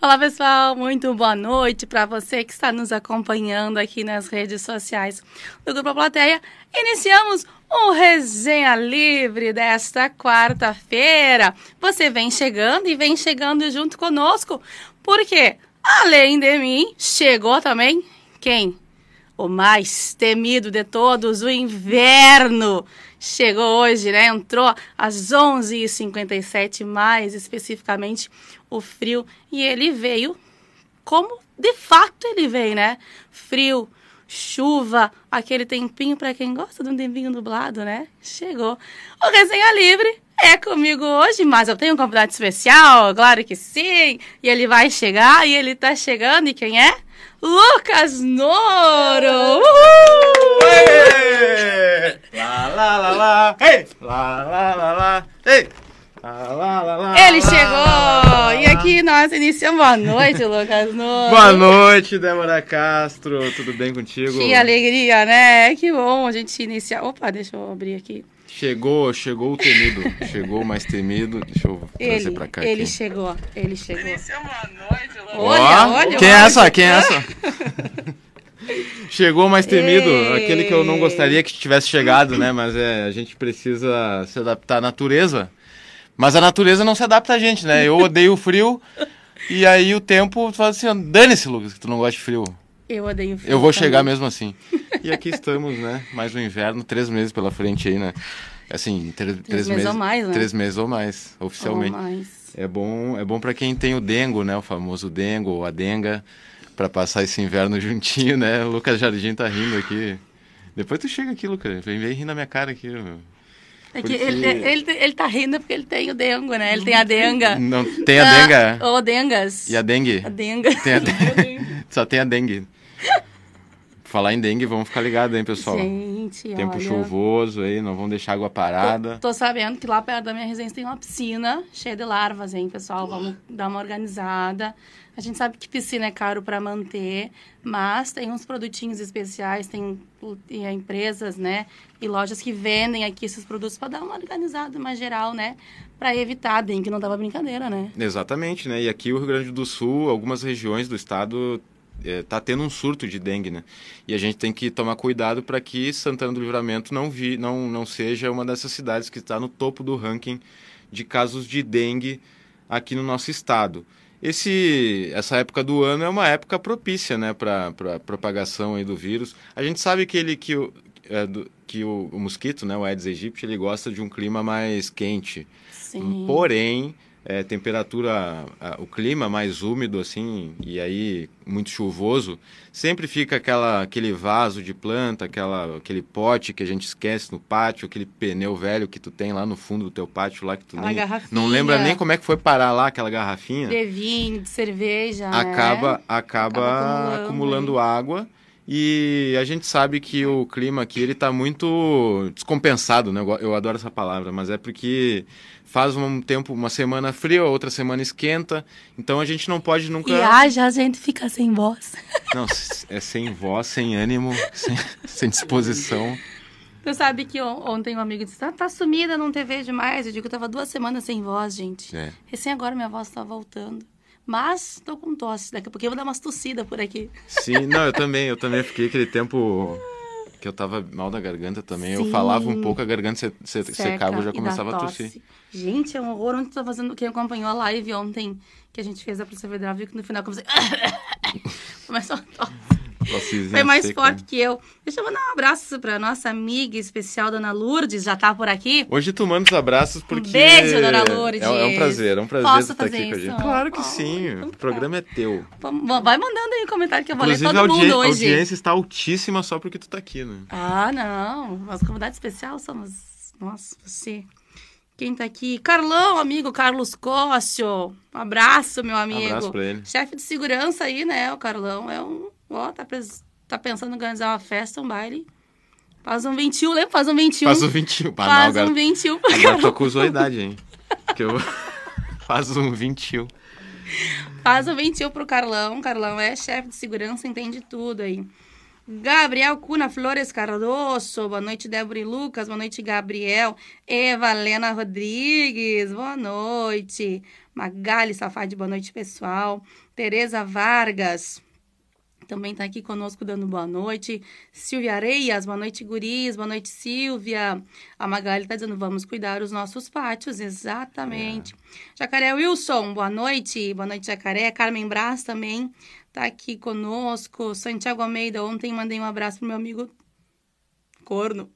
Olá, pessoal, muito boa noite para você que está nos acompanhando aqui nas redes sociais do Grupo Plateia. Iniciamos o Resenha Livre desta quarta-feira. Você vem chegando e vem chegando junto conosco, porque além de mim, chegou também quem? O mais temido de todos, o inverno chegou hoje, né? Entrou às 11h57, mais especificamente o frio. E ele veio como de fato ele veio, né? Frio, chuva, aquele tempinho para quem gosta de um tempinho nublado, né? Chegou. O Resenha Livre é comigo hoje, mas eu tenho um convidado especial, claro que sim. E ele vai chegar, e ele tá chegando, e quem é? Lucas Noro! Uhul! Ué! Lá, lá, lá, lá. Ei! Lá, lá, lá, lá. Ei! Lá, lá, lá, lá. Ele chegou! E aqui nós iniciamos. Boa noite, Lucas Noro! Boa noite, Débora Castro. Tudo bem contigo? Que alegria, né? Que bom a gente iniciar. Opa, deixa eu abrir aqui. Chegou, chegou o temido. chegou o mais temido. Deixa eu trazer Ele, pra cá ele aqui. chegou, ele chegou. Né? Olha, Ó, olha, quem olha. é essa? Quem é essa? Chegou o mais temido, Ei. aquele que eu não gostaria que tivesse chegado, né? Mas é, a gente precisa se adaptar à natureza. Mas a natureza não se adapta a gente, né? Eu odeio o frio e aí o tempo fala assim: dane-se, Lucas, que tu não gosta de frio. Eu odeio frio Eu vou chegar também. mesmo assim. E aqui estamos, né? Mais um inverno, três meses pela frente aí, né? Assim, tre- três, meses ou mais, né? Três meses ou mais, oficialmente. Oh, mas- É bom, é bom para quem tem o dengo, né? O famoso dengo ou a denga, para passar esse inverno juntinho, né? O Lucas Jardim tá rindo aqui. Depois tu chega aqui, Lucas. Vem, vem rir na minha cara aqui. meu. É que Porque- ele, ele, ele tá rindo porque ele tem o dengo, né? Ele tem a denga. Não tem a denga Ah, ou dengas. e a dengue. A denga. Tem a dengue. Só tem a dengue. Falar em dengue, vamos ficar ligados, hein, pessoal? Gente, Tempo olha. chuvoso aí, não vão deixar água parada. Tô sabendo que lá perto da minha residência tem uma piscina cheia de larvas, hein, pessoal? Vamos dar uma organizada. A gente sabe que piscina é caro para manter, mas tem uns produtinhos especiais, tem e, é, empresas, né, e lojas que vendem aqui esses produtos para dar uma organizada mais geral, né, para evitar dengue, não dava brincadeira, né? Exatamente, né? E aqui o Rio Grande do Sul, algumas regiões do estado eh, tá tendo um surto de dengue, né? E a gente tem que tomar cuidado para que Santana do Livramento não vi, não não seja uma dessas cidades que está no topo do ranking de casos de dengue aqui no nosso estado. Esse, essa época do ano é uma época propícia, né, para propagação aí do vírus. A gente sabe que ele que o, eh, do- que o, o mosquito, né, o Aedes aegypti, ele gosta de um clima mais quente. Hum, Sim. Porém, é, temperatura, a- o clima mais úmido assim e aí muito chuvoso, sempre fica aquela, aquele vaso de planta, aquela, aquele pote que a gente esquece no pátio, aquele pneu velho que tu tem lá no fundo do teu pátio lá que tu Aquela nem, garrafinha. não lembra nem como é que foi parar lá aquela garrafinha de vinho, de cerveja, né? acaba, acumulando, acaba acumulando, água e a gente sabe que o clima aqui ele está muito descompensado, né? Eu go- Eu adoro essa palavra, mas é porque faz um tempo, uma semana fria, outra semana esquenta, então a gente não pode nunca. E haja, a gente fica sem voz. Não, s- é sem voz, sem ânimo, sem, sem disposição. Tu sabe que on- ontem um amigo disse, tá, tá sumida, não te vejo mais. Eu digo, eu tava duas semanas sem voz, gente. É. Recém agora minha voz tá voltando. Mas tô com tosse, daqui a pouco eu vou dar umas tossidas por aqui. Sim, não, eu também, eu também fiquei aquele tempo que eu tava mal da garganta também. Eu Sim. falava um pouco, a garganta se, se, secava, eu e já dá começava a tossir. tosse. Gente, é um horror. Ontem tu tá fazendo, quem acompanhou a live ontem, que a gente fez a Polícia Federal, viu que no final comecei... Começou a tosse. Tossezinha Foi mais né, seca. forte que eu. Deixa eu mandar um abraço pra nossa amiga especial, Dona Lourdes, já tá por aqui. Hoje tu manda os abraços porque. Um beijo, Dona Lourdes. É, é um prazer, é um prazer Posso tu tá aqui fazer com a isso? gente. Claro que Oh, sim, então o tá. programa é teu. Vamos- Vai mandando aí o comentário que eu vou Inclusive, ler a todo audi- mundo a hoje. audiência está altíssima só porque tu tá aqui, né? Ah, não. Nossa convidada especial somos. Nossa, você. Quem tá aqui? Carlão, amigo, Carlos Cócio. Um abraço, meu Um abraço amigo. pra ele. Chefe de segurança aí, né? O Carlão é um. Ó, tá, pres- tá pensando em organizar uma festa, um baile. Faz um 21, lembra? Faz um 21. Faz um 21. Ah, Faz não, um agora, 21. agora tu acusou a idade, hein? Que eu. Faz um 21. Faz o ventil pro Carlão. Carlão é chefe de segurança, entende tudo aí. Gabriel Cuna Flores Cardoso, boa noite, Débora e Lucas, boa noite, Gabriel. Evalena Rodrigues, boa noite. Magali Safadi, boa noite, pessoal. Tereza Vargas também está aqui conosco dando boa noite. Silvia Areias, boa noite, guris, boa noite, Silvia. A Magali está dizendo, vamos cuidar os nossos pátios, exatamente. É. Jacaré Wilson, boa noite, boa noite, Jacaré. Carmen Braz também está aqui conosco. Santiago Almeida, ontem mandei um abraço pro meu amigo Corno.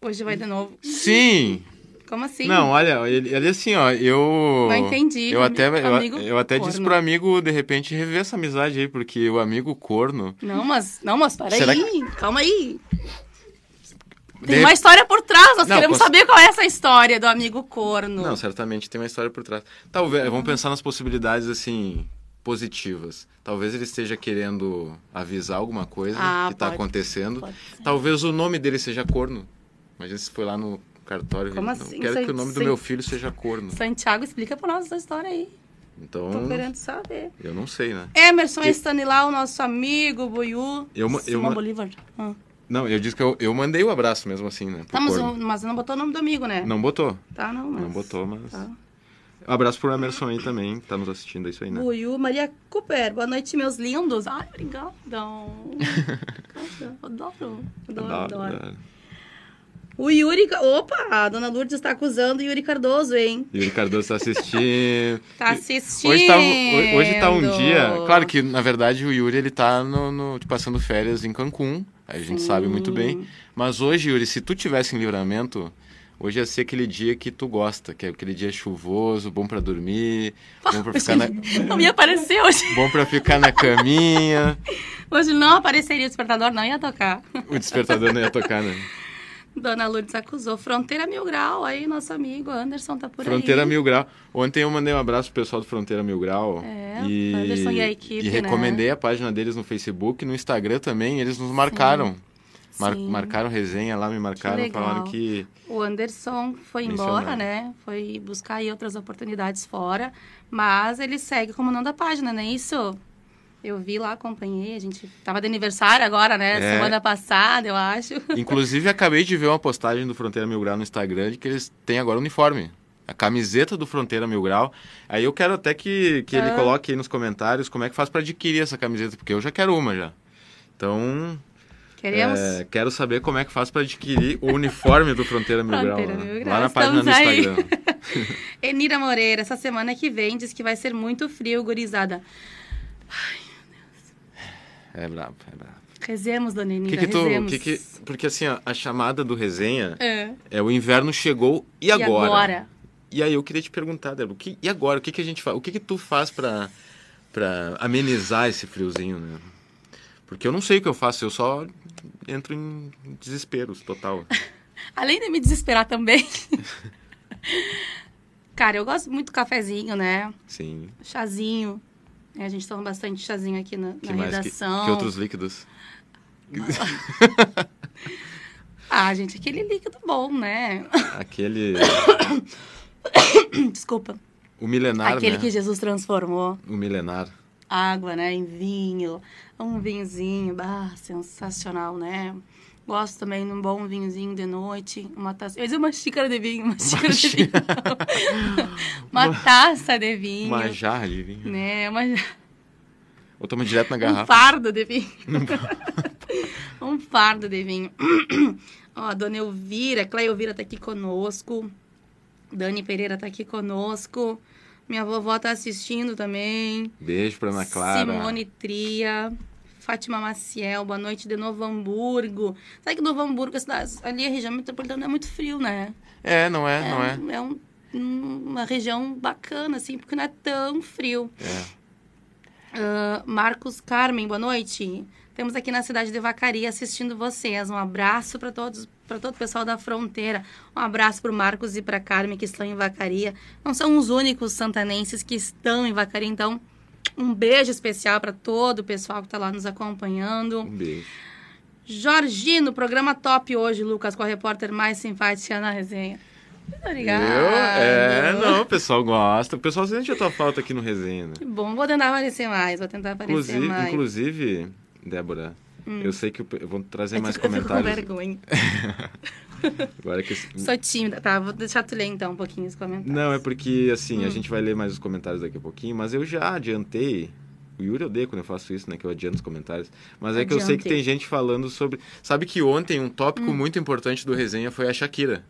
Hoje vai de novo. Sim! Como assim? Não, olha, ele, ele assim, ó, eu. Não entendi. Eu até, amigo- eu, amigo eu até disse corno. pro amigo, de repente, rever essa amizade aí, porque o amigo corno. Não, mas, não, mas peraí, Será calma aí. de Tem uma história por trás, nós Não, queremos posso- saber qual é essa história do amigo corno. Não, certamente tem uma história por trás. Talvez, Uhum. vamos pensar nas possibilidades assim positivas. Talvez ele esteja querendo avisar alguma coisa Ah, que está pode. acontecendo. Pode ser. Talvez o nome dele seja Corno. Imagina se foi lá no cartório. Como e, assim? Não quero Sem- que o nome sem- do meu filho seja Corno. Santiago, explica pra nós essa história aí. Então, Tô querendo saber. eu não sei, né? Emerson Que- Estanilau, nosso amigo, Buiú, Eu ma- eu Simão ma- Bolívar. Ah. Não, eu disse que eu, eu mandei o abraço mesmo assim, né? pro Tá, mas, Corno. o- mas não botou o nome do amigo, né? Não botou. Tá, não, mas... Não botou, mas. Tá. Abraço pro Emerson aí também, que tá nos assistindo isso aí, né? Buiú, Maria Cooper, boa noite, meus lindos. Ai, brigadão. Nossa, adoro, adoro, Da- adoro. da- O Yuri. Opa, a dona Lourdes está acusando o Yuri Cardoso, hein? Yuri Cardoso tá assistindo. Tá assistindo. Hoje tá, um- hoje tá um dia. Claro que, na verdade, o Yuri ele tá no, no- passando férias em Cancún. A gente Sim. sabe muito bem. Mas hoje, Yuri, se tu tivesse em livramento, hoje ia ser aquele dia que tu gosta, que é aquele dia chuvoso, bom pra dormir, bom pra ficar na, Hum. Não ia aparecer hoje. bom pra ficar na caminha. Hoje não apareceria o despertador, não ia tocar. O despertador não ia tocar, né? Dona Lourdes acusou. Fronteira Mil Grau, aí nosso amigo Anderson tá por Fronteira aí. Mil Grau. Ontem eu mandei um abraço pro pessoal do Fronteira Mil Grau. É, e, Anderson e a equipe, né? e recomendei a página deles no Facebook, no Instagram também. Eles nos marcaram. Mar- né? Sim. marcaram resenha lá, me marcaram, legal. falaram que. O Anderson foi Mencionado. embora, né? Foi buscar aí outras oportunidades fora, mas ele segue como não da página, não é isso? Eu vi lá, acompanhei, a gente tava de aniversário agora, né? É. Semana passada, eu acho. Inclusive, acabei de ver uma postagem do Fronteira Mil Grau no Instagram de que eles têm agora o uniforme. A camiseta do Fronteira Mil Grau. Aí eu quero até que, que ele Ah. coloque aí nos comentários como é que faz pra adquirir essa camiseta, porque eu já quero uma já. Então, Queremos. é, quero saber como é que faz pra adquirir o uniforme do Fronteira Mil Grau. Fronteira né? Mil Grau, Lá na página do estamos aí. Instagram. Enira Moreira, essa semana que vem diz que vai ser muito frio, gurizada. É brabo, é brabo. Rezemos, dona O Enira, que que tu. rezemos. que que- porque assim, ó, a chamada do resenha É. é o inverno chegou e E agora. agora? E aí eu queria te perguntar, Débora, o que, e agora? O que, que a gente faz? O que, que tu faz pra, pra amenizar esse friozinho, né? Porque eu não sei o que eu faço, eu só entro em desesperos total. Além de me desesperar também. Cara, eu gosto muito do cafezinho, né? Sim. Chazinho. É, a gente toma bastante chazinho aqui na, Que na mais? Que, redação. que outros líquidos? Ah, gente, aquele líquido bom, né? Aquele. Desculpa. O milenar, aquele né? que Jesus transformou. O milenar. água, né, em vinho, um vinhozinho, bah, sensacional, né? Gosto também de um bom vinhozinho de noite, uma taça, eu ia dizer uma xícara de vinho, uma xícara de xí- vinho, não. uma taça de vinho, Uma jarra de vinho. né, uma, Ou toma direto na um garrafa. fardo de vinho, um fardo de vinho. Ó, a dona Elvira, Cleia Elvira tá aqui conosco, Dani Pereira tá aqui conosco, minha vovó tá assistindo também. Beijo pra Ana Clara. Simone Tria, Fátima Maciel, boa noite de Novo Hamburgo. Sabe que Novo Hamburgo, a cidade- ali a região metropolitana é muito frio, né? É, não é, não é. um- é um- uma região bacana, assim, porque não é tão frio. É. Ah, Marcos Carmen, boa noite. Temos aqui na cidade de Vacaria assistindo vocês. Um abraço para todos, para todo o pessoal da fronteira. Um abraço para Marcos e para Carmen que estão em Vacaria. Não são os únicos santanenses que estão em Vacaria, então um beijo especial para todo o pessoal que está lá nos acompanhando. Um beijo. Jorgino, programa top hoje, Lucas, com a repórter mais simpática na resenha. Muito obrigada. Eu? É, não, o pessoal gosta. O pessoal sente a tua falta aqui no resenha, né? Que bom, vou tentar aparecer mais, vou tentar aparecer Inclusive, mais. inclusive, Débora, Eu sei que eu, eu vou trazer Eu mais fico- Hum. É tipo, eu fico com comentários. vergonha. Agora que esse- Sou tímida. Tá, vou deixar tu ler então um pouquinho os comentários. Não, é porque, assim, a Hum. gente vai ler mais os comentários daqui a pouquinho, mas eu já adiantei. O Yuri odeia quando eu faço isso, né? Que eu adianto os comentários. Mas é que eu sei que Adiantei. tem gente falando sobre. Sabe que ontem um tópico Hum. muito importante do resenha foi a Shakira.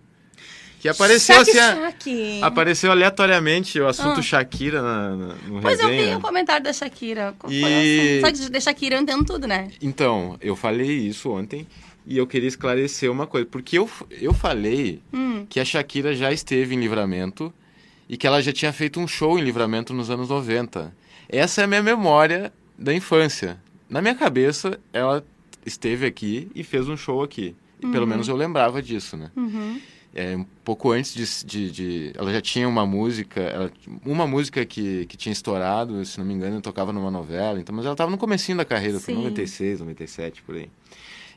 Que apareceu Shaq, assim. a- Shaq. Apareceu aleatoriamente o assunto Ah. Shakira na, na- no Pois eu vi resenha. um comentário da Shakira. Qual foi o E- assunto? Só de- de Shakira eu entendo tudo, né? Então, eu falei isso ontem e eu queria esclarecer uma coisa. Porque eu, f- eu falei Hum. que a Shakira já esteve em Livramento e que ela já tinha feito um show em Livramento nos anos 90. Essa é a minha memória da infância. Na minha cabeça, ela esteve aqui e fez um show aqui. E Pelo menos eu lembrava disso, né? Uhum. É, um pouco antes de, de, de- Ela já tinha uma música, ela- uma música que, que tinha estourado, se não me engano, eu tocava numa novela, então, mas ela estava no comecinho da carreira, foi em Sim. 96, 97, por aí.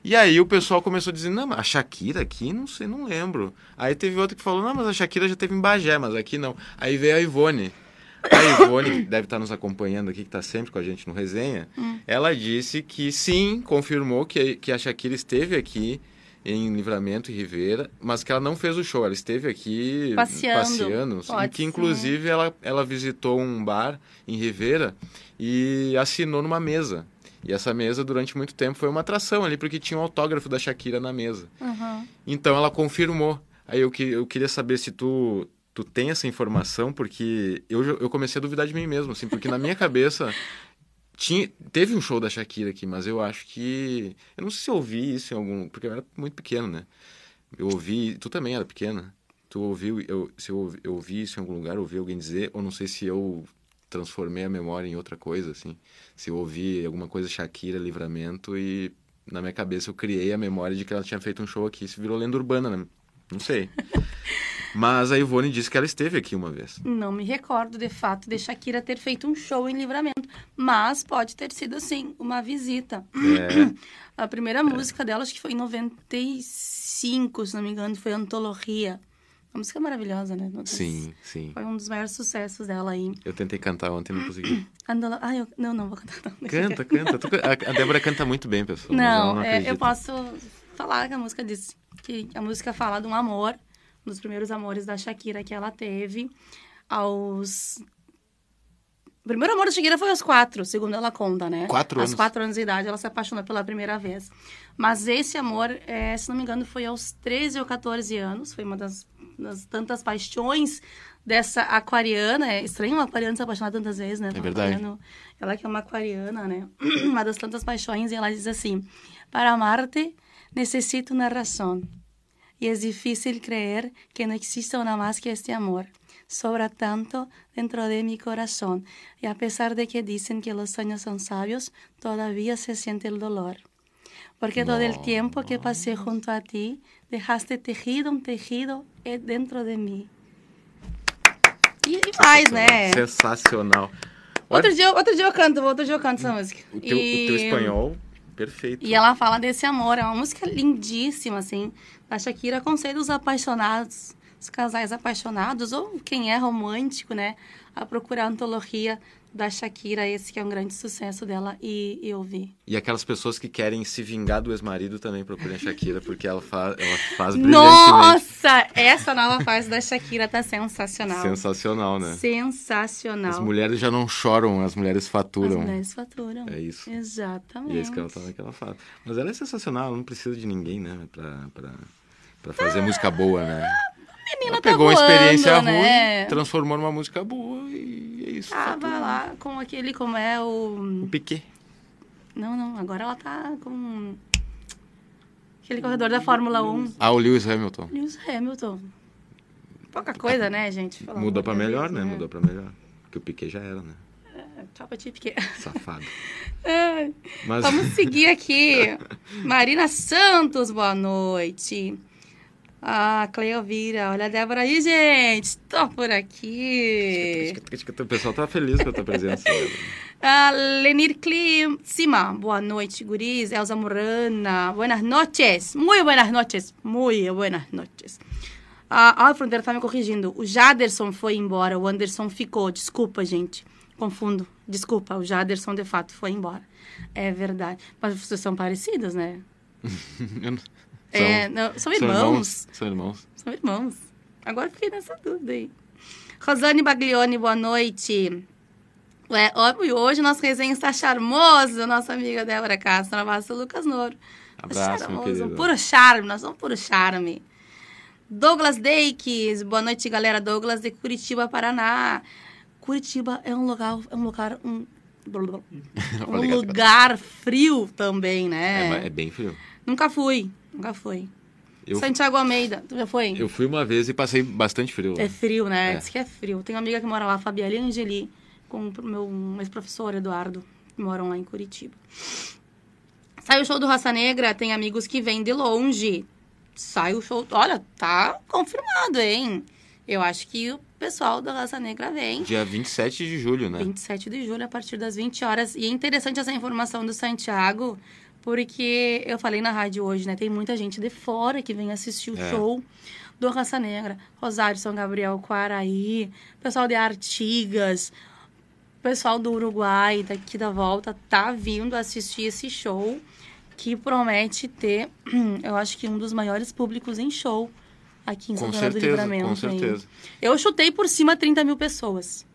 E aí o pessoal começou a dizer, não, mas a Shakira aqui, não sei, não lembro. Aí teve outro que falou, não, mas a Shakira já teve em Bagé, mas aqui não. Aí veio a Ivone. A Ivone, que deve estar nos acompanhando aqui, que está sempre com a gente no resenha, Hum. ela disse que sim, confirmou que, que a Shakira esteve aqui em Livramento e Rivera, mas que ela não fez o show, ela esteve aqui Passeando. passeando e Pode que ser. inclusive ela, ela visitou um bar em Rivera e assinou numa mesa. E essa mesa durante muito tempo foi uma atração ali porque tinha um autógrafo da Shakira na mesa. Uhum. Então ela confirmou. Aí eu, que, eu queria saber se tu, tu tem essa informação, porque eu, já- eu comecei a duvidar de mim mesmo, assim, porque na minha cabeça tinha, teve um show da Shakira aqui, mas eu acho que. Eu não sei se eu ouvi isso em algum. Porque eu era muito pequeno, né? Eu ouvi. Tu também era pequena. Tu ouviu. Eu, se eu, ouvi- eu ouvi isso em algum lugar, ouvi alguém dizer, ou não sei se eu transformei a memória em outra coisa, assim. Se eu ouvi alguma coisa Shakira, livramento e na minha cabeça eu criei a memória de que ela tinha feito um show aqui. Isso virou lenda urbana, né? Não sei. Mas a Ivone disse que ela esteve aqui uma vez. Não me recordo, de fato, de Shakira ter feito um show em livramento. Mas pode ter sido, sim, uma visita. É, A primeira música dela, acho que foi em 95, se não me engano, foi Antologia. Uma música maravilhosa, né? Nossa, sim, sim. Foi um dos maiores sucessos dela aí. Eu tentei cantar ontem, não consegui. Andolo... Ah, eu... Não, não vou cantar. Não, deixa Canta, canta. Tu can- a, a Débora canta muito bem, pessoal. mas ela Não, é, acredita. eu posso falar que a música diz que a música fala de um amor, um dos primeiros amores da Shakira que ela teve aos o primeiro amor da Shakira foi aos quatro, segundo ela conta, né? Quatro aos anos. quatro anos de idade, ela se apaixonou pela primeira vez. Mas esse amor, é, se não me engano, foi aos 13 ou 14 anos. Foi uma das, das tantas paixões dessa aquariana. É estranho uma aquariana se apaixonar tantas vezes, né? É verdade. Aquariano, ela que é uma aquariana, né? uma das tantas paixões. E ela diz assim, para amar-te, necessito uma razão. E é difícil crer que não exista uma mais que este amor. Sobra tanto dentro de mi corazón. E apesar de que dicen que los años son sabios, todavía se siente el dolor. Porque todo el tiempo que pasé junto a ti, dejaste tejido un tejido eh, dentro de mí. E, e mais, né? Sensacional. Olha, Outro dia, eu- outro dia eu canto, outro dia eu canto essa música. o, teu, o teu E- espanhol, perfeito. e ela fala desse amor, é uma música lindíssima, assim, da Shakira, aconselho os apaixonados, os casais apaixonados, ou quem é romântico, né, a procurar a antologia da Shakira, esse que é um grande sucesso dela, e, e ouvir. E aquelas pessoas que querem se vingar do ex-marido também procurem a Shakira, porque ela, fa ela faz brilhantemente. Nossa, essa nova fase da Shakira tá sensacional. Sensacional, né? Sensacional. As mulheres já não choram, as mulheres As faturam. mulheres faturam. É isso. Exatamente. E é isso que ela tá naquela fase. Mas ela é sensacional, ela não precisa de ninguém, né? Pra, pra, pra fazer música boa, né? Menina Ela tá pegou uma voando, experiência né? Ah, ruim, transformou numa música boa e é isso. Tava faturou. lá com aquele, como é o... O Piquet. Não, não. Agora ela tá com. Aquele corredor da Fórmula 1. Ah, o Lewis Hamilton. Lewis Hamilton. Pouca coisa, né, gente? Pelo Mudou amor pra de Deus, melhor, né? Mudou pra melhor. Porque o Piquet já era, né? É, Tchau pra ti, porque. Safado. Ai, Mas Vamos seguir aqui. Marina Santos, boa noite. Ah, Cleovira, olha a Débora aí, gente. Tô por aqui. o pessoal tá feliz com a tua presença. né? Ah, Lenir Cima, boa noite, guris. Elza Murana, buenas noches. Muy buenas noches, muy buenas noches. Ah, ah, a Fronteira tá me corrigindo. O Jaderson foi embora, o Anderson ficou. Desculpa, gente. Confundo. Desculpa, o Jaderson de fato foi embora. É verdade. Mas vocês são parecidos, né? Eu não- É, não, são são irmãos. São irmãos. São irmãos. Agora fiquei nessa dúvida aí. Rosane Baglione, boa noite. Ué, ó, e hoje o nosso resenha está charmoso, nossa amiga Débora Castro Navassi e Lucas Noro. Tá Abraço, meu Charmoso, um querido. puro charme, nós somos puro charme. Douglas Deikes, boa noite, galera. Douglas de Curitiba, Paraná. Curitiba é um lugar, é um lugar, um, um Obrigado. lugar frio também, É, ma- né? é bem frio. Nunca fui, nunca fui. Eu, Santiago Almeida, tu já foi? eu fui uma vez e passei bastante frio. É frio, né? É. Diz que é frio. Tem uma amiga que mora lá, Fabiane Angeli, com o meu ex-professor Eduardo, que moram lá em Curitiba. Sai o show do Raça Negra, tem amigos que vêm de longe. Sai o show. Olha, tá confirmado, hein? Eu acho que o pessoal da Raça Negra vem. Dia 27 de julho, né? 27 de julho, a partir das 20 horas. E é interessante essa informação do Santiago, porque eu falei na rádio hoje, né? Tem muita gente de fora que vem assistir o É. show do Raça Negra. Rosário, São Gabriel, Quaraí, pessoal de Artigas, pessoal do Uruguai, daqui da volta, tá vindo assistir esse show que promete ter, eu acho que um dos maiores públicos em show aqui em Com Santana do certeza, Livramento. com hein? certeza. Eu chutei por cima 30 mil pessoas.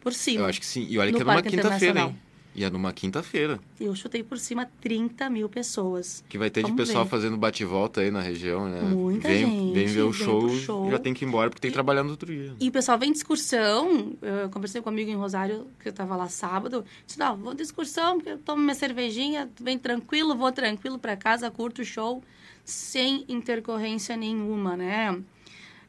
Por cima. Eu acho que sim. E olha No que é numa Parque quinta-feira, hein? Internacional. E é numa quinta-feira. Eu chutei por cima 30 mil pessoas. Que vai ter Vamos de pessoal ver. fazendo bate-volta aí na região, né? Muita vem, gente, Vem ver vem pro o show, show. já tem que ir embora porque tem que trabalhar no outro dia. E o pessoal vem de excursão. Eu conversei com um amigo em Rosário, que eu tava lá sábado. Disse, não, vou de excursão, porque eu tomo minha cervejinha, vem tranquilo, vou tranquilo pra casa, curto o show, sem intercorrência nenhuma, né?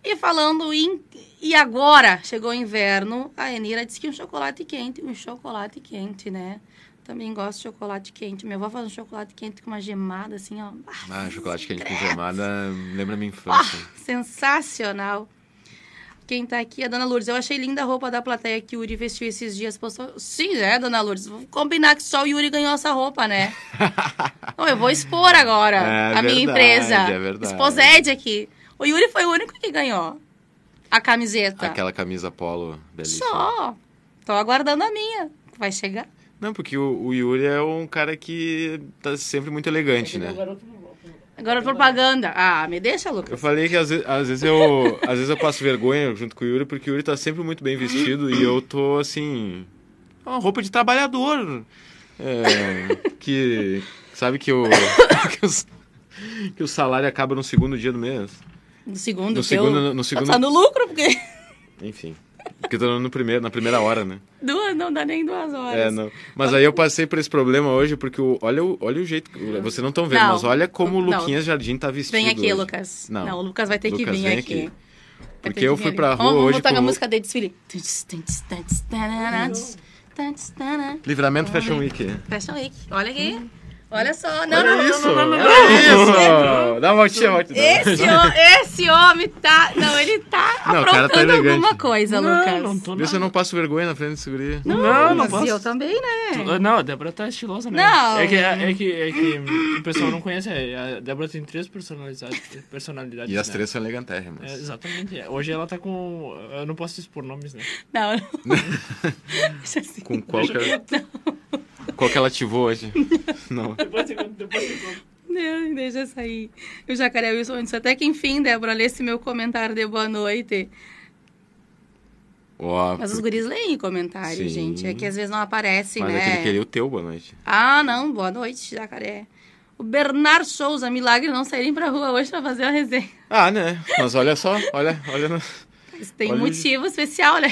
E falando em... E agora, chegou o inverno, a Enira disse que um chocolate quente, um chocolate quente, né? Também gosto de chocolate quente. Minha avó faz um chocolate quente com uma gemada, assim, ó. Ah, chocolate quente com gemada lembra Ah, minha infância. Sensacional. Quem tá aqui é a Dona Lourdes. Eu achei linda a roupa da plateia que o Yuri vestiu esses dias. Postou... Sim, é, Dona Lourdes. Vou combinar que só o Yuri ganhou essa roupa, né? Não, eu vou expor agora É a minha verdade, empresa. é verdade. Exposed aqui. O Yuri foi o único que ganhou a camiseta. Aquela camisa polo belíssima. tá. Só. Tô aguardando a minha. Vai chegar. Não, porque o, o Yuri é um cara que tá sempre muito elegante, Tipo, né? Agora propaganda. Ah, me deixa, Lucas. É Eu falei que às vezes, às vezes eu às vezes eu passo vergonha junto com o Yuri, porque o Yuri tá sempre muito bem vestido e eu tô assim. é Uma roupa de trabalhador. É, que. Sabe que o. Que o, que o salário acaba no segundo dia do mês. No segundo, No que segundo, eu... no- no segundo- Tá no lucro, porque Enfim. Porque eu tô no primeiro, na primeira hora, né? duas, não dá nem duas horas. É, não. Mas aí eu passei por esse problema hoje, porque o, olha, o, olha o jeito. que- Vocês não estão vendo, Não. mas olha como o Não. Luquinhas Jardim tá vestido. Vem aqui, hoje. Lucas. Não. Não. o Lucas vai ter que Lucas, vir vem aqui. aqui. Vai ter Porque que eu vir fui ali. pra Vamos- rua vamos hoje botar com a o- música de desfile. Tuts, tuts, tuts, tarará, tuts, tuts, tarará. Livramento Fashion Week. Fashion Week. Olha aqui. Olha só. Não, não, Olha não, isso! não, não, não, não. Olha isso! Dá uma voltinha, volta. Esse, ho- esse homem tá... Não, ele tá Não, o cara tá aprontando elegante. alguma coisa, Lucas. Não, não tô Vê se eu não passo vergonha na frente desse guri. Não, não, Mas posso. eu também, né? Ah, Não, a Débora tá estilosa, né? Não. É que, é que, é que o pessoal não conhece. é, A Débora tem três personalidades. personalidades E as né? três são É, elegantérrimas. exatamente. é. Hoje ela tá com. Eu não posso expor nomes, né? Não, não. Deixa assim. Com qual que, ela- qual que ela ativou hoje? Não. Depois você conta, depois você conta. Não, deixa sair. O Jacaré Wilson disse, até que enfim, Débora, lê esse meu comentário de boa noite. Ó, Mas assim, os porque- guris leem comentário, Sim. gente. É que às vezes não aparece, mas né? é que ele queria o teu, boa noite. Ah, não. Boa noite, jacaré. O Bernard Souza, milagre não saírem pra rua hoje pra fazer a resenha. Ah, né? Mas olha só, olha, olha, no- Isso tem Olha o- motivo especial, né?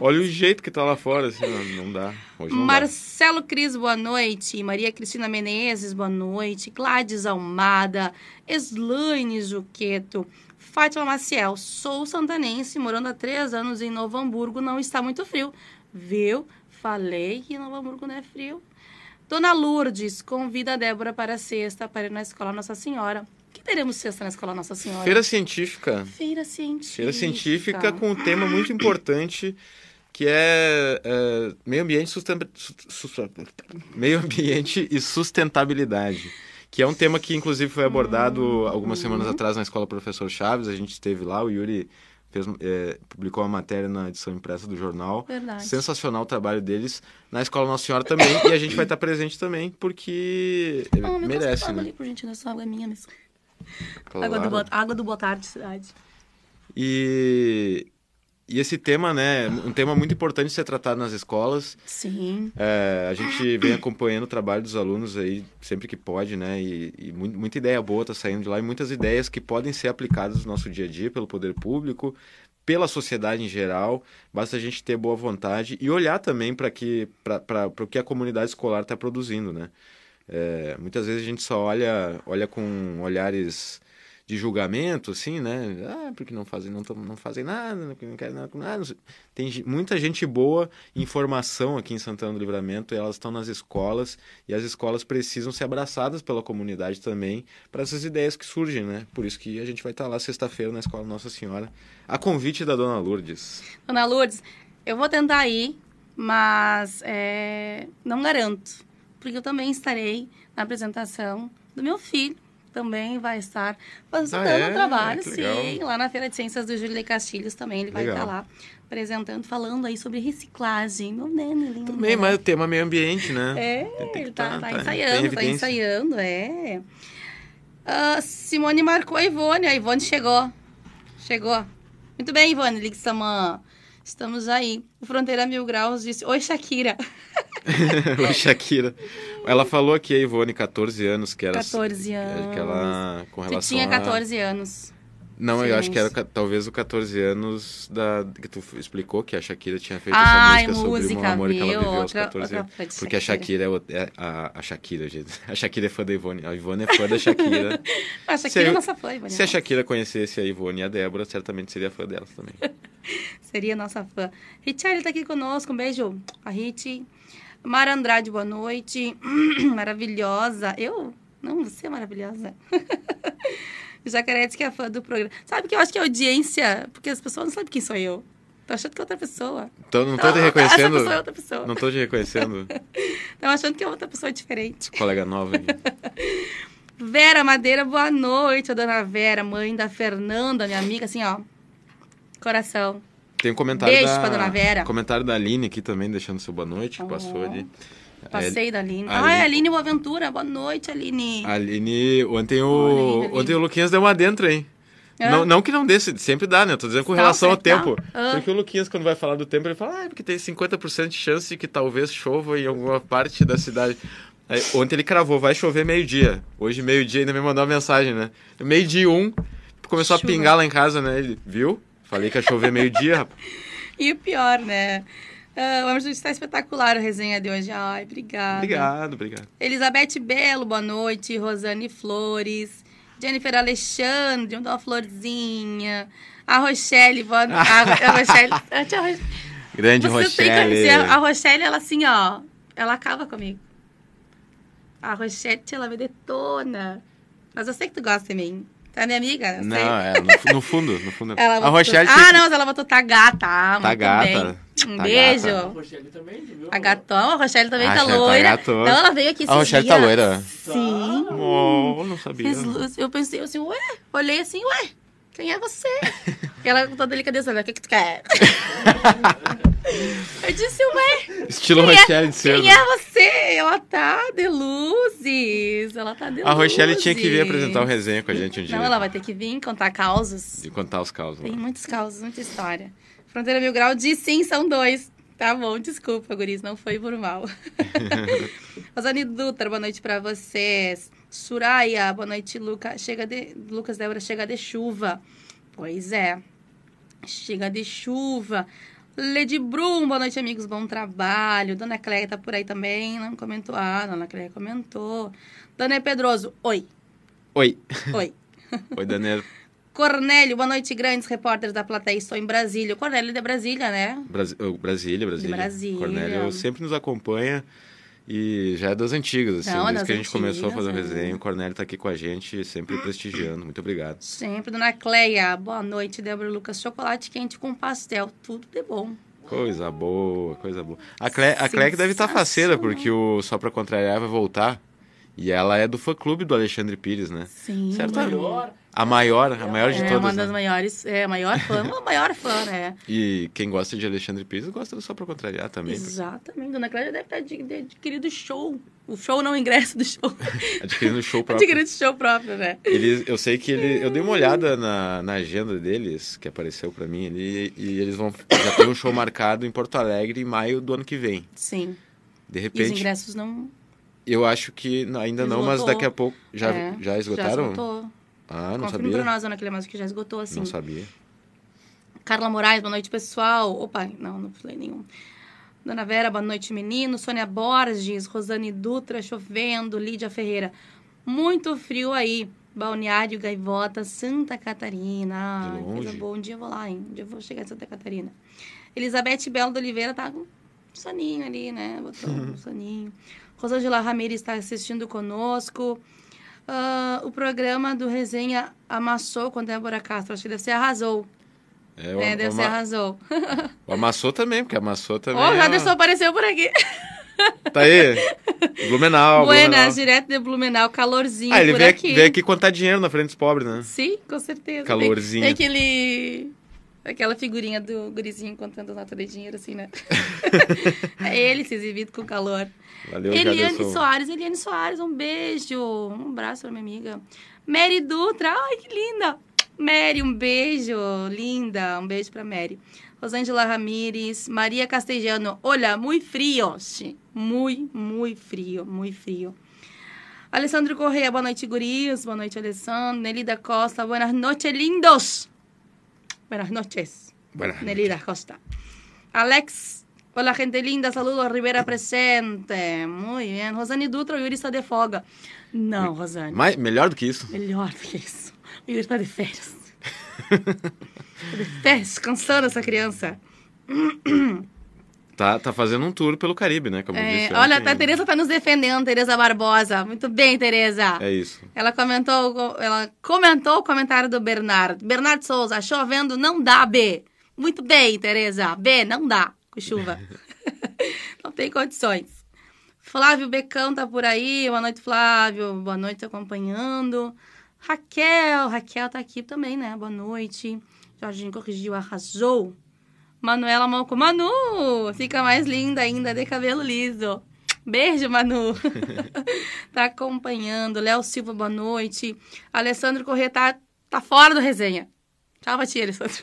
olha o jeito que tá lá fora, assim, ó, não dá. Hoje não dá. assim, Marcelo Cris, boa noite. Maria Cristina Menezes, boa noite. Gladys Almada, Slaine Juqueto, Fátima Maciel, sou santanense, morando há três anos em Novo Hamburgo, não está muito frio. Viu? Falei que Novo Hamburgo não é frio. Dona Lourdes, convida a Débora para sexta, para ir na Escola Nossa Senhora. O que teremos sexta na Escola Nossa Senhora? Feira científica. Feira científica. Feira científica com um tema muito importante que é, é, meio ambiente susten- su- su- meio ambiente e sustentabilidade. Que é um tema que, inclusive, foi abordado algumas semanas atrás na escola Professor Chaves. A gente esteve lá, o Yuri fez, é, publicou uma matéria na edição impressa do jornal. Verdade. Sensacional o trabalho deles. Na Escola Nossa Senhora também. e a gente vai estar presente também, porque Não, meu merece, água né? é ali, por gentileza, essa água é minha mesmo. Claro. Água, do boa, água do Boa Tarde Cidade. E, e esse tema, né? Um tema muito importante de ser tratado nas escolas. Sim. É, a gente vem acompanhando o trabalho dos alunos aí sempre que pode, né? E, e mu- muita ideia boa está saindo de lá e muitas ideias que podem ser aplicadas no nosso dia a dia pelo poder público, pela sociedade em geral. Basta a gente ter boa vontade e olhar também para que para o que a comunidade escolar está produzindo, né? É, muitas vezes a gente só olha olha com olhares de julgamento, assim, né? Ah, porque não fazem, não, tão- não fazem nada, porque não querem nada com nada. não sei. Tem ge- muita gente boa em formação aqui em Santana do Livramento, e elas estão nas escolas, e as escolas precisam ser abraçadas pela comunidade também para essas ideias que surgem, né? Por isso que a gente vai estar lá sexta-feira na Escola Nossa Senhora, a convite da Dona Lourdes. Ana Lourdes, eu vou tentar ir, mas é, não garanto, porque eu também estarei na apresentação do meu filho. Também vai estar fazendo Ah, é? o trabalho, Ah, que legal. sim, lá na Feira de Ciências do Júlio de Castilhos também. Ele vai Legal. estar lá apresentando, falando aí sobre reciclagem. Meu nene lindo. né? Também, mas o tema é meio ambiente, né? É, Tem que ele tá- tá, tá tá em- tem ensaiando, tá evidência. ensaiando, é. Ah, Simone marcou a Ivone, a Ivone chegou. Chegou. Muito bem, Ivone, Lixamã. Estamos aí. O Fronteira Mil Graus disse, oi, Shakira. Oi, Shakira. Ela falou aqui, a Ivone, 14 anos, que era... 14 anos. Que ela, com Tu relação tinha a- 14 anos. Não, eu acho Silêncio. que era ca- talvez o 14 anos da que tu f- explicou que a Shakira tinha feito Ai, essa música, sobre um música, amor que ela viu? viveu aos Outra- 14 outra anos. fã de Porque a Shakira. Shakira é, o- é a, a Shakira, gente. A Shakira é fã da Ivone. A Ivone é fã da Shakira. A Se Shakira eu- é nossa fã, Ivone. Se a Shakira conhecesse a Ivone e a Débora, certamente seria fã delas também. Seria nossa fã. Richelle tá aqui conosco, um beijo. A Rit. Mara Andrade, boa noite. maravilhosa. Eu? Não, você é maravilhosa. Jacaré diz que é fã do programa. Sabe que eu acho que é audiência, porque as pessoas não sabem quem sou eu. Tô achando que é outra pessoa. Então, não tô te Essa reconhecendo. pessoa é outra pessoa. Não tô te reconhecendo. Estão achando que é outra pessoa diferente. Colega nova. aqui. Vera Madeira, boa noite. A dona Vera, mãe da Fernanda, minha amiga, assim, ó. Coração. Tem um comentário Beijo da pra dona Vera. Comentário da Aline aqui também, deixando seu boa noite, que Uhum. passou ali. Passei da Aline. É, Aline. Ai, Aline Boaventura, boa noite, Aline. Aline, ontem o, Olha aí, Aline. ontem o Luquinhas deu uma dentro, hein? Hã? Não, não que não dê, se- sempre dá, né? Eu tô dizendo com Tá, relação ao sempre tempo. dá. Hã? Porque o Luquinhas, quando vai falar do tempo, ele fala, ah, é porque tem 50% de chance que talvez chova em alguma parte da cidade. Aí, ontem ele cravou, vai chover meio-dia. Hoje, meio-dia, ainda me mandou uma mensagem, né? Meio-dia e um, começou Chuva. a pingar lá em casa, né? Ele, viu? Falei que ia chover meio-dia, rapaz. E o pior, né? Ah, o Emerson está espetacular a resenha de hoje. Ai, obrigada. Obrigado, obrigado. Elizabeth Belo, boa noite. Rosane Flores. Jennifer Alexandre, mandou uma florzinha. A Rochelle, boa noite. A, a Rochelle. a tia Ro- Grande Você tem que Rochelle. conhecer a Rochelle, ela assim, ó. Ela acaba comigo. A Rochelle, tia, ela me detona. Mas eu sei que tu gosta de mim. Tá minha amiga? Eu Não, sei. é, no, fu- no fundo, no fundo. Ela a botou- Rochelle Ah, tem que- não, mas ela botou tá gata. Ah, Tá muito gata. bem. Um Tá beijo. gata. Rochelle também, viu? A gatona, a Rochelle também Ah, tá a Rochelle tá loira. gatona. então ela veio aqui A esses Rochelle dias. tá loira. Sim. Oh, não sabia. Fiz luz. Eu pensei assim, ué? Olhei assim, ué? Quem é você? e ela com toda delicadeza, olha, o que que tu quer? eu disse, ué? Estilo Quem é- Rochelle de cedo. Quem é você? Ela tá de luzes. Ela tá de A Rochelle tinha que vir luzes. apresentar o resenha com a gente um dia. Não, ela vai ter que vir contar causos. De contar os causos. Tem muitos causos, muita história. Fronteira Mil Grau diz sim, são dois. Tá bom, desculpa, guris, não foi por mal. Rosane Dutra, boa noite pra vocês. Suraya, boa noite, Luca. Chega de... Lucas Débora, chega de chuva. Pois é. Chega de chuva. Lady Brum, boa noite, amigos. Bom trabalho. Dona Cleia tá por aí também. Não comentou. Ah, Dona Cleia comentou. Dona Pedroso, oi. Oi. Oi. Oi, Daniel. Cornélio, boa noite, grandes repórteres da plateia. Estou em Brasília. O Cornélio é de Brasília, né? Brasi- oh, Brasília, Brasília. Brasília. Cornélio sempre nos acompanha e já é das antigas, assim. Não, é desde das que a gente começou a fazer o antigas, é. resenha, o Cornélio tá aqui com a gente, sempre prestigiando. Muito obrigado. Sempre. Dona Cleia, boa noite, Débora Lucas. Chocolate quente com pastel, tudo de bom. Coisa boa, coisa boa. A Cle, a Cle que deve estar faceira, Sensacional. porque o Só Pra Contrariar vai voltar. E ela é do fã-clube do Alexandre Pires, né? Sim. Certo. Maior. A maior, a maior de É todas. uma das né? maiores, é a maior fã, uma maior fã, né? E quem gosta de Alexandre Pires gosta só pra contrariar também. porque Exatamente. Dona Cláudia deve ter adqui- de- adquirido show. O show não ingresso do show. Adquirindo show próprio. adquirido show próprio, né? Eles, eu sei que ele. Eu dei uma olhada na, na agenda deles, que apareceu pra mim ali, e eles vão. Já tem um show marcado em Porto Alegre em maio do ano que vem. Sim. De E os repente, ingressos não eu acho que. não, Ainda não, mas Esgotou. daqui a pouco. Já, É, já já esgotaram? esgotou. Ah, não Confirma pra sabia. nós, Dona Clemens, que já esgotou, assim. Não sabia. Carla Moraes, boa noite, pessoal. Opa, não, não falei nenhum. Dona Vera, boa noite, menino. Sônia Borges, Rosane Dutra, chovendo. Lídia Ferreira, muito frio aí. Balneário Gaivota, Santa Catarina. Ai, De coisa longe. boa. Um dia eu vou lá, hein? Um dia eu vou chegar em Santa Catarina. Elizabeth Belo de Oliveira tá com um soninho ali, né? Botou um soninho. Rosângela Ramirez está assistindo conosco. Ah, o programa do Resenha amassou com Débora Castro. Acho que deve ser arrasou. É, o, É, deve o, ser ama- arrasou. o Amassou também, porque Amassou Ô, também. o é Jaderson uma- apareceu por aqui. Tá aí. Blumenau. Buenas, Blumenau. direto de Blumenau, calorzinho Ah, ele por veio aqui. aqui, veio aqui contar dinheiro na frente dos pobres, né? Sim, com certeza. Calorzinho. Tem, tem aquele... Aquela figurinha do gurizinho contando nota de dinheiro, assim, né? é ele se exibindo com calor. Valeu, Eliane Jaderson. Soares, Eliane Soares, um beijo. Um abraço pra minha amiga. Mary Dutra, ai que linda. Mary, um beijo, linda. Um beijo pra Mary. Rosângela Ramires, Maria Castellano. Olha, muito frio. Muito, muito frio, muito frio. Alessandro Correia, boa noite, guris. Boa noite, Alessandro. Nelida Costa, buenas noches, lindos. Buenas noches. Buenas Nelida Costa. Alex, hola gente linda, saludos, Rivera presente. Muito bem. Rosane Dutra, o Yuri está de folga. Não, Rosane, Mais, melhor do que isso. melhor do que isso. O Yuri está de férias. Tá de férias, cansando essa criança. Tá, tá fazendo um tour pelo Caribe, né? Como eu É, disse olha, ontem. a Tereza está nos defendendo, Tereza Barbosa. Muito bem, Tereza. É isso. Ela comentou, ela comentou o comentário do Bernardo. Bernardo Souza, chovendo não dá, B. Muito bem, Tereza. B, não dá com chuva. não tem condições. Flávio Becão tá por aí. Boa noite, Flávio. Boa noite, te acompanhando. Raquel, Raquel tá aqui também, né? Boa noite. Jorginho corrigiu, arrasou. Manuela Malco. Manu, fica mais linda ainda, de cabelo liso. Beijo, Manu. tá acompanhando. Léo Silva, boa noite. Alessandro Corrêa tá, tá fora do resenha. Tchau, pra ti, Alessandro.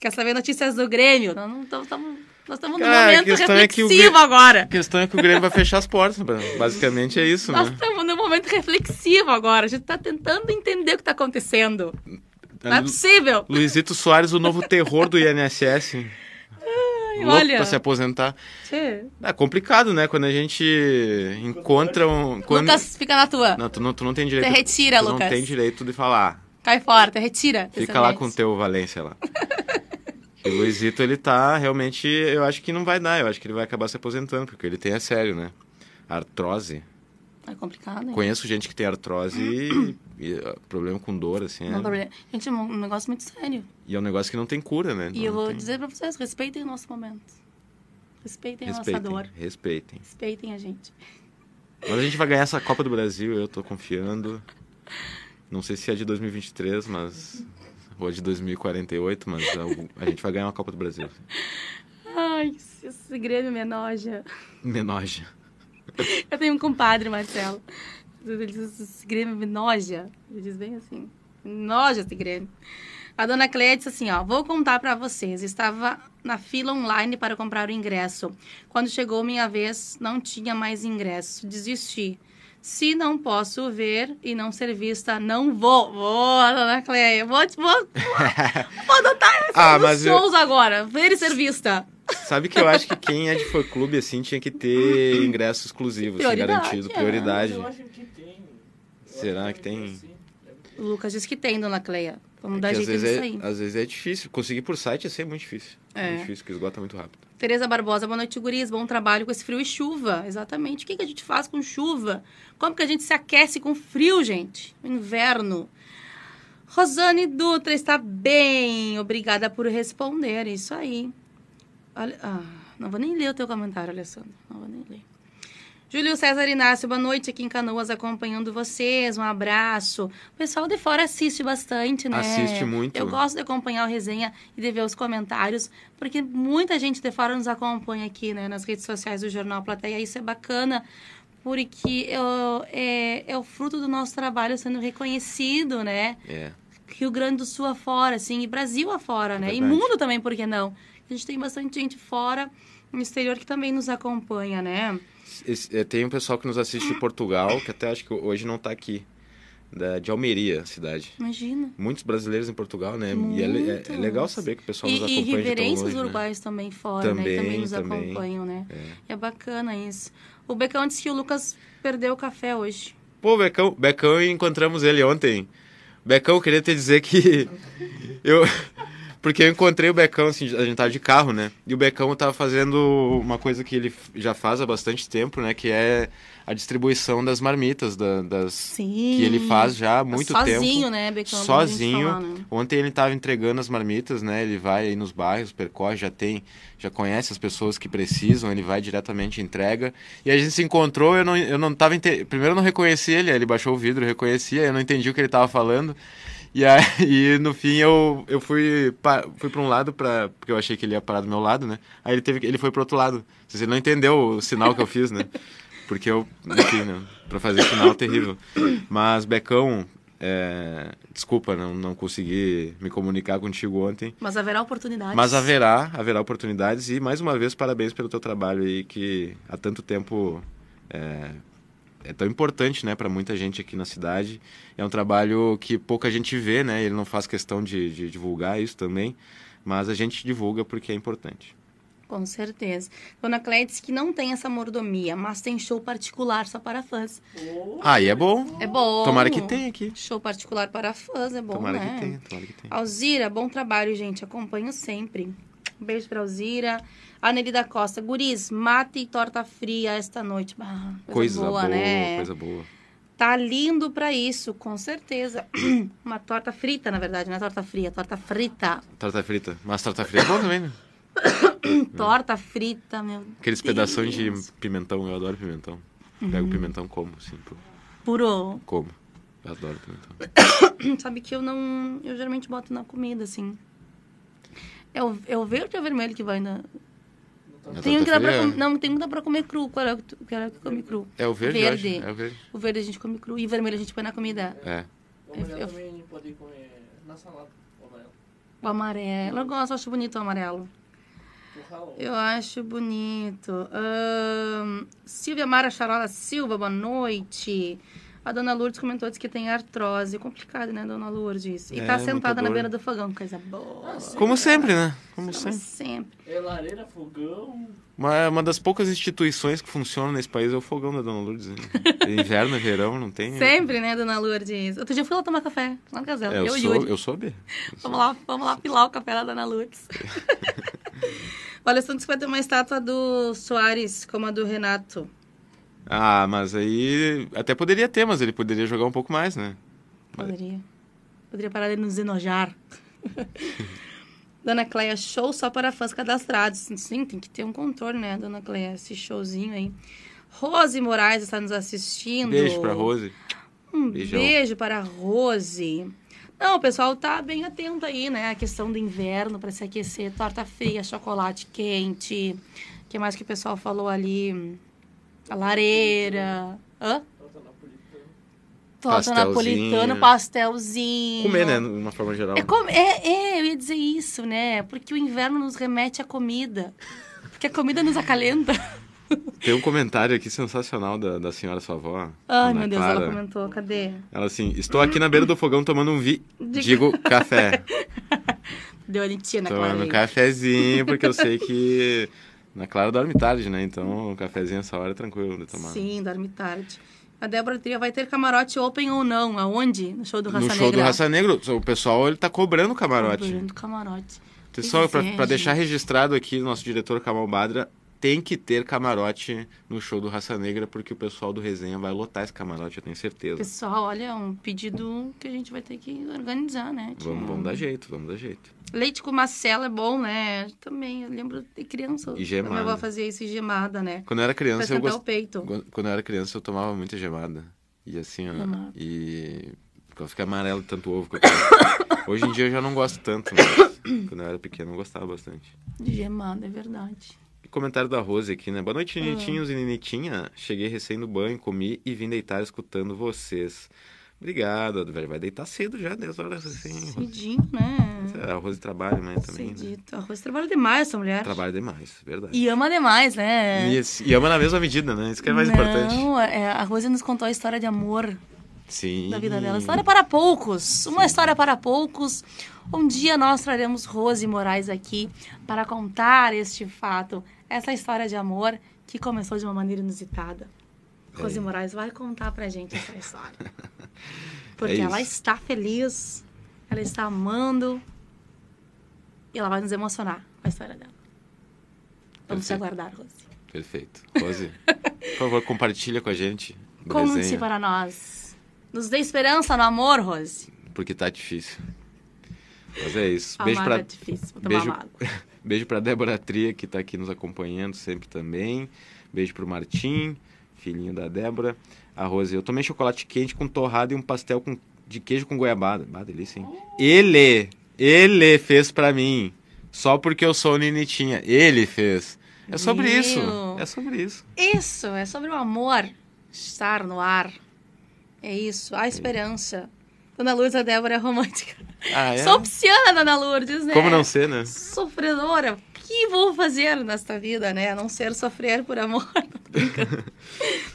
Quer saber notícias do Grêmio? Nós não tamo- tamo- nós estamos num Cara, a momento questão reflexivo é que o Grê- A agora. questão é que o Grêmio vai fechar as portas, basicamente é isso, Nós né? estamos num momento reflexivo agora. A gente tá tentando entender o que tá acontecendo. Não é possível. Luizito Soares, o novo terror do INSS. Louco olha. pra se aposentar. Tchê. É complicado, né? Quando a gente encontra um. Quando... Lucas, fica na tua. Não, tu não, tu não tem direito. Você retira, tu Lucas. é Não tem direito de falar. Cai fora, te retira. Fica lá com o teu Valência lá. E o Luizito, ele tá realmente. Eu acho que não vai dar. Eu acho que ele vai acabar se aposentando, porque ele tem é sério, né? Artrose. É complicado, hein? Conheço gente que tem artrose e, e, ó, problema com dor, assim. Não, é- problema. Gente, é um um negócio muito sério. E é um negócio que não tem cura, né? E eu vou dizer pra vocês, respeitem o nosso momento. Respeitem, a nossa dor. respeitem, respeitem. Respeitem a gente. Mas a gente vai ganhar essa Copa do Brasil, eu tô confiando. Não sei se é de 2023, mas. Ou é de 2048, mas é algu- a gente vai ganhar uma Copa do Brasil. Ai, esse- esse Grêmio me enoja. Menoja. Eu tenho um compadre, Marcelo. Ele diz, assim, esse Grêmio me noja. Ele diz bem assim, "Me noja esse Grêmio. A dona Cleia disse assim, ó, vou contar pra vocês. Estava na fila online para comprar o ingresso. Quando chegou minha vez, não tinha mais ingresso. Desisti. Se não posso ver e não ser vista, não vou. Vou, dona Cleia. Vou, te- vou, vou adotar essa Ah, dos mas eu- shows agora. Ver e ser vista. Sabe que eu acho que quem é de fã clube, assim, tinha que ter ingresso exclusivo, assim, Prioridade, garantido, é. prioridade. Eu acho que tem. Eu Será acho assim. que tem? sim. O Lucas diz que tem, dona Cleia. Vamos É dar que às, jeito nisso vezes aí. é, às vezes é difícil. Conseguir por site assim, é muito difícil. É. É. muito difícil, porque esgota muito rápido. Tereza Barbosa, boa noite, guris. Bom trabalho com esse frio e chuva. Exatamente. O que, que a gente faz com chuva? Como que a gente se aquece com frio, gente? Inverno. Rosane Dutra está bem. Obrigada por responder. Isso aí. Olha- ah, não vou nem ler o teu comentário, Alessandro. Não vou nem ler. Júlio César Inácio, boa noite aqui em Canoas acompanhando vocês. Um abraço. O pessoal de fora assiste bastante, né? Assiste muito. Eu gosto de acompanhar o resenha e de ver os comentários, porque muita gente de fora nos acompanha aqui, né? Nas redes sociais do Jornal Plateia. Isso é bacana, porque eu- é, é o fruto do nosso trabalho sendo reconhecido, né? É. Rio Grande do Sul afora, assim, e Brasil afora, né? E verdade. mundo também, por que não? A gente tem bastante gente fora, no exterior, que também nos acompanha, né? Esse- é, Tem um pessoal que nos assiste de Portugal, que até acho que hoje não tá aqui, da, de Almeria, a cidade. Imagina. Muitos brasileiros em Portugal, né? E é, le- é- é legal Muitos. saber que o pessoal E, nos e acompanha de tão reverências longe, né? uruguaias também fora, né? E Também Também, nos também. acompanham, né? É. É. bacana isso. O Becão disse que o Lucas perdeu o café hoje. Pô, Becão, Becão, encontramos ele ontem. Becão, eu queria te dizer que eu porque eu encontrei o Becão assim, a gente tava de carro, né? E o Becão tava fazendo uma coisa que ele já faz há bastante tempo, né, que é a distribuição das marmitas da- das Sim. que ele faz já há muito sozinho, tempo. Hum. Sozinho, né, Becão? Bom a gente sozinho. falar, né? Ontem ele estava entregando as marmitas, né? Ele vai aí nos bairros, percorre, já tem, já conhece as pessoas que precisam, ele vai diretamente e entrega. E a gente se encontrou, eu não, eu não tava ente... primeiro eu não reconheci ele, aí ele baixou o vidro, eu reconhecia, eu não entendi o que ele estava falando. E aí, e no fim eu, eu fui pa- fui para um lado para porque eu achei que ele ia parar do meu lado, né? Aí ele teve que- ele foi pro outro lado. Ele não entendeu o sinal que eu fiz, né? Porque eu, enfim, né, para fazer sinal terrível. Mas Becão, é, desculpa, não, não consegui me comunicar contigo ontem. Mas haverá oportunidades. Mas haverá, haverá oportunidades e mais uma vez parabéns pelo teu trabalho aí que há tanto tempo é, é tão importante, né, para muita gente aqui na cidade. É um trabalho que pouca gente vê, né? Ele não faz questão de, de divulgar isso também, mas a gente divulga porque é importante. Com certeza. Dona Cleia disse que não tem essa mordomia, mas tem show particular só para fãs. Ah, e é bom. É bom. Tomara que tenha aqui. Show particular para fãs, é bom, tomara né? que tenha, tomara que tenha. Alzira, bom trabalho, gente. Acompanho sempre. Um beijo pra Alzira. A Nelida Costa. Guris, mate e torta fria esta noite. Bah, Coisa, boa, né? coisa boa. Tá lindo pra isso, com certeza. Uma torta frita, na verdade, não é torta fria, torta frita. Torta frita. Mas torta frita é bom também, né? Torta frita, meu. Aqueles Deus. pedaços de pimentão, eu adoro pimentão. Uhum. Pego pimentão, como, assim, pô. Puro. como. Eu adoro então. pimentão. Sabe que eu não. Eu geralmente boto na comida, assim. É o, é o verde ou é o vermelho que vai na. Na Tem um que dá pra torta comer. fria, Não, tem um que dá pra comer cru. Qual é o que, tu... Qual é o que come cru? É o verde, eu acho. Verde. É o verde. O verde a gente come cru e o vermelho a gente põe na comida. É. Ou melhor, Eu- também pode comer na salada. Ou na O amarelo. Eu gosto, eu acho bonito o amarelo. porra, ou- Eu acho bonito. Ahn, Silvia Mara Charola Silva, boa noite. A dona Lourdes comentou disse que tem artrose. Complicado, né, dona Lourdes? E É, tá muita sentada na dor. beira do fogão, coisa boa. Como sempre, né? Como Como sempre. sempre. É lareira, fogão. Uma, uma das poucas instituições que funciona nesse país é o fogão da Dona Lourdes. né? Inverno, verão, não tem. Sempre, né, dona Lourdes? Outro dia eu fui lá tomar café, lá no Gazela. É, eu eu, e o sou, Yuri. eu soube. Vamos lá, vamos lá pilar o café da Dona Lourdes. o Alessandro disse que vai ter uma estátua do Soares, como a do Renato. Ah, mas aí. Até poderia ter, mas ele poderia jogar um pouco mais, né? Poderia. Poderia parar de nos enojar. Dona Cleia, show só para fãs cadastrados. Sim, tem que ter um controle, né, Dona Cleia? Esse showzinho aí. Rose Moraes está nos assistindo. Beijo pra Rose. Um Beijão. beijo para a Rose. Não, o pessoal tá bem atento aí, né? A questão do inverno para se aquecer, torta fria, chocolate quente. O que mais que o pessoal falou ali? A lareira. Hã? Torta Pastelzinho. napolitana, pastelzinho. Comer, né? De uma forma geral. É, com- é, é, eu ia dizer isso, né? Porque o inverno nos remete à comida. Porque a comida nos acalenta. Tem um comentário aqui sensacional da, da senhora sua avó. Ai, Ana meu Deus, é Clara. ela comentou. Cadê? Ela assim, estou aqui na beira do fogão tomando um vi... De- Digo, café. Deu a litina, tomando um Clara. cafezinho, porque eu sei que... Na Clara dorme tarde, né? Então, um cafezinho essa hora é tranquilo de tomar. Sim, dorme tarde. A Débora Tria vai ter camarote open ou não? Aonde? No show do Raça no show Negra. do Raça Negro, o pessoal ele tá cobrando camarote. Do camarote. Só pra, Pois é, pra deixar gente. registrado aqui, nosso diretor Kamal Badra tem que ter camarote no show do Raça Negra, porque o pessoal do Resenha vai lotar esse camarote, eu tenho certeza. Pessoal, olha, é um pedido que a gente vai ter que organizar, né? tia? Vamos, vamos dar jeito, vamos dar jeito. Leite com macela é bom, né? Também, eu lembro de criança. E gemada. Minha avó fazia isso e gemada, né? Quando eu era Pra criança, eu sentar gostava. o peito. Quando eu era criança, eu tomava muita gemada. E assim, ó. Amado. E. Porque eu fiquei amarelo de tanto ovo que eu como. Hoje em dia eu já não gosto tanto, mas quando eu era pequeno eu gostava bastante. De gemada, é verdade. E comentário da Rose aqui, né? Boa noite, Ah. Ninitinhos e Ninitinha. Cheguei recém no banho, comi e vim deitar escutando vocês. Obrigado, velho. Vai deitar cedo já, 10 horas assim. Rose. Cedinho, né? A Rose trabalha amanhã também, né? Cedito. Arroz trabalha demais, essa mulher. Trabalha demais, verdade. E ama demais, né? E, esse- e ama na mesma medida, né? Isso que é mais não, importante. é, a Rose nos contou a história de amor Sim. da vida dela. História para poucos. Uma história para poucos. Um dia nós traremos Rose Moraes aqui para contar este fato, essa história de amor que começou de uma maneira inusitada. Rose É. Moraes vai contar pra gente essa história. Porque É ela isso. está feliz, ela está amando e ela vai nos emocionar com a história dela. Vamos te Perfeito. aguardar, Rose. Perfeito. Rose, por favor, compartilha com a gente. do Conte resenha, para nós. Nos dê esperança no amor, Rose. Porque tá difícil. Mas é isso. Amar Beijo pra, é difícil. Vou tomar beijo- uma água. beijo pra Débora Tria, que tá aqui nos acompanhando sempre também. Beijo pro Martim, filhinho da Débora. A Rose, eu tomei chocolate quente com torrada e um pastel com, de queijo com goiabada. Ah, delícia, hein? Ele, ele fez pra mim. Só porque eu sou ninitinha. Ele fez. É sobre Meu. isso. É sobre isso. Isso, é sobre o amor estar no ar. É isso, a esperança. Dona Lourdes, a Débora é romântica. Ah, é? Sou psiana, Dona Lourdes, né? Como não ser, né? Sofredora. O que vou fazer nesta vida, né? A não ser sofrer por amor. Tô brincando.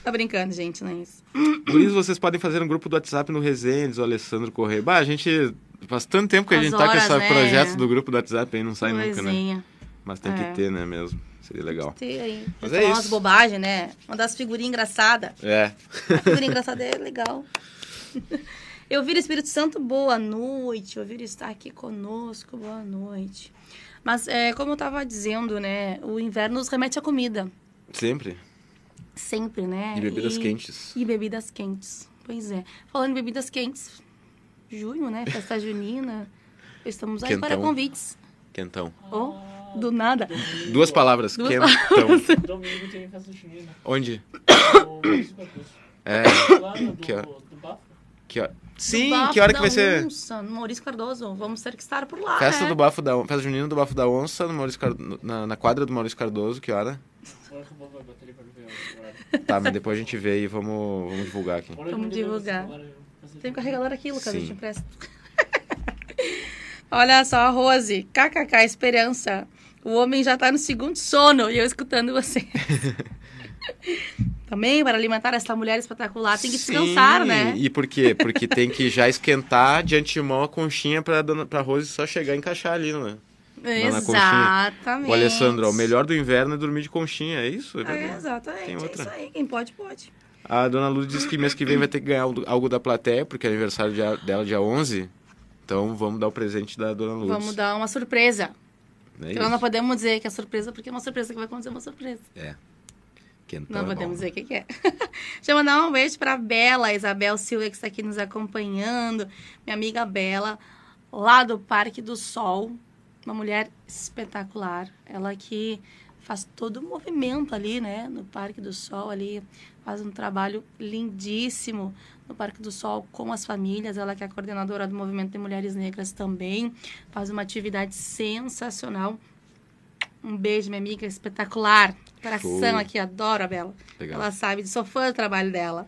tá brincando, gente, não é isso. Por isso, vocês podem fazer um grupo do WhatsApp no Resenha, diz o Alessandro Correia. Bah, a gente. Faz tanto tempo que a As gente tá com horas, esse né? projeto do grupo do WhatsApp aí, não sai nunca, né? Coisinha. Mas tem É. que ter, né, mesmo? Seria legal. Tem aí. Mas Falar é umas isso. bobagens, né? Uma das figurinhas engraçadas. É. A figura engraçada é legal. Eu viro Espírito Santo, boa noite. Eu viro estar aqui conosco, boa noite. Mas, é, como eu tava dizendo, né? O inverno nos remete à comida. Sempre. Sempre, né? E bebidas E- quentes. E bebidas quentes. Pois é. Falando em bebidas quentes, junho, né? Festa junina. Estamos aí para Quentão. convites. Quentão. Oh, do nada. Duas palavras. Duas Quentão. Domingo tem festa É, junina. Onde? no Supercurso. É. Lá no- Que hora? do, do Bafo. Que hora? Sim, Do Bafo que hora que da vai ser? Onça, no Maurício Cardoso. Vamos ter que estar por lá. Festa né? do Bafo da Onça. Festa junina do Bafo da Onça, no Maurício Card- no- na, na quadra do Maurício Cardoso, que hora? Agora que eu vou botar ele pra ver o horário. Tá, mas depois a gente vê e vamos, vamos divulgar aqui. Olha, Vamos eu vou divulgar. agora, eu vou fazer- Tem um carregador aqui, Lucas, eu Sim. te empresto. Olha só, Rose, kkk, esperança. O homem já tá no segundo sono e eu escutando você. Também para alimentar essa mulher espetacular, tem que descansar, Sim, né? E por quê? Porque tem que já esquentar de antemão a conchinha pra, dona, pra Rose só chegar e encaixar ali, né? na conchinha. Exatamente. O Alessandro, ó, o melhor do inverno é dormir de conchinha, é isso? É É, verdade. exatamente, Tem é outra. isso aí. Quem pode, pode. A dona Lu disse que mês que vem vai ter que ganhar algo- algo da plateia, porque é aniversário dia- dela dia 11. Então vamos dar o presente da dona Lourdes. Vamos dar uma surpresa. É Então não isso. podemos dizer que é surpresa, porque é uma surpresa que vai acontecer uma surpresa. Quentão Não é bom. podemos dizer o que, que é. Deixa eu mandar um beijo pra Bela, Isabel Silva, que está aqui nos acompanhando. Minha amiga Bela, lá do Parque do Sol. Uma mulher espetacular. Ela que faz todo o movimento ali, né? No Parque do Sol, ali. Faz um trabalho lindíssimo no Parque do Sol com as famílias. Ela que é a coordenadora do Movimento de Mulheres Negras também. Faz uma atividade sensacional. Um beijo, minha amiga, espetacular. Coração Show. aqui, adoro a Bela. Legal. Ela sabe, sou fã do trabalho dela.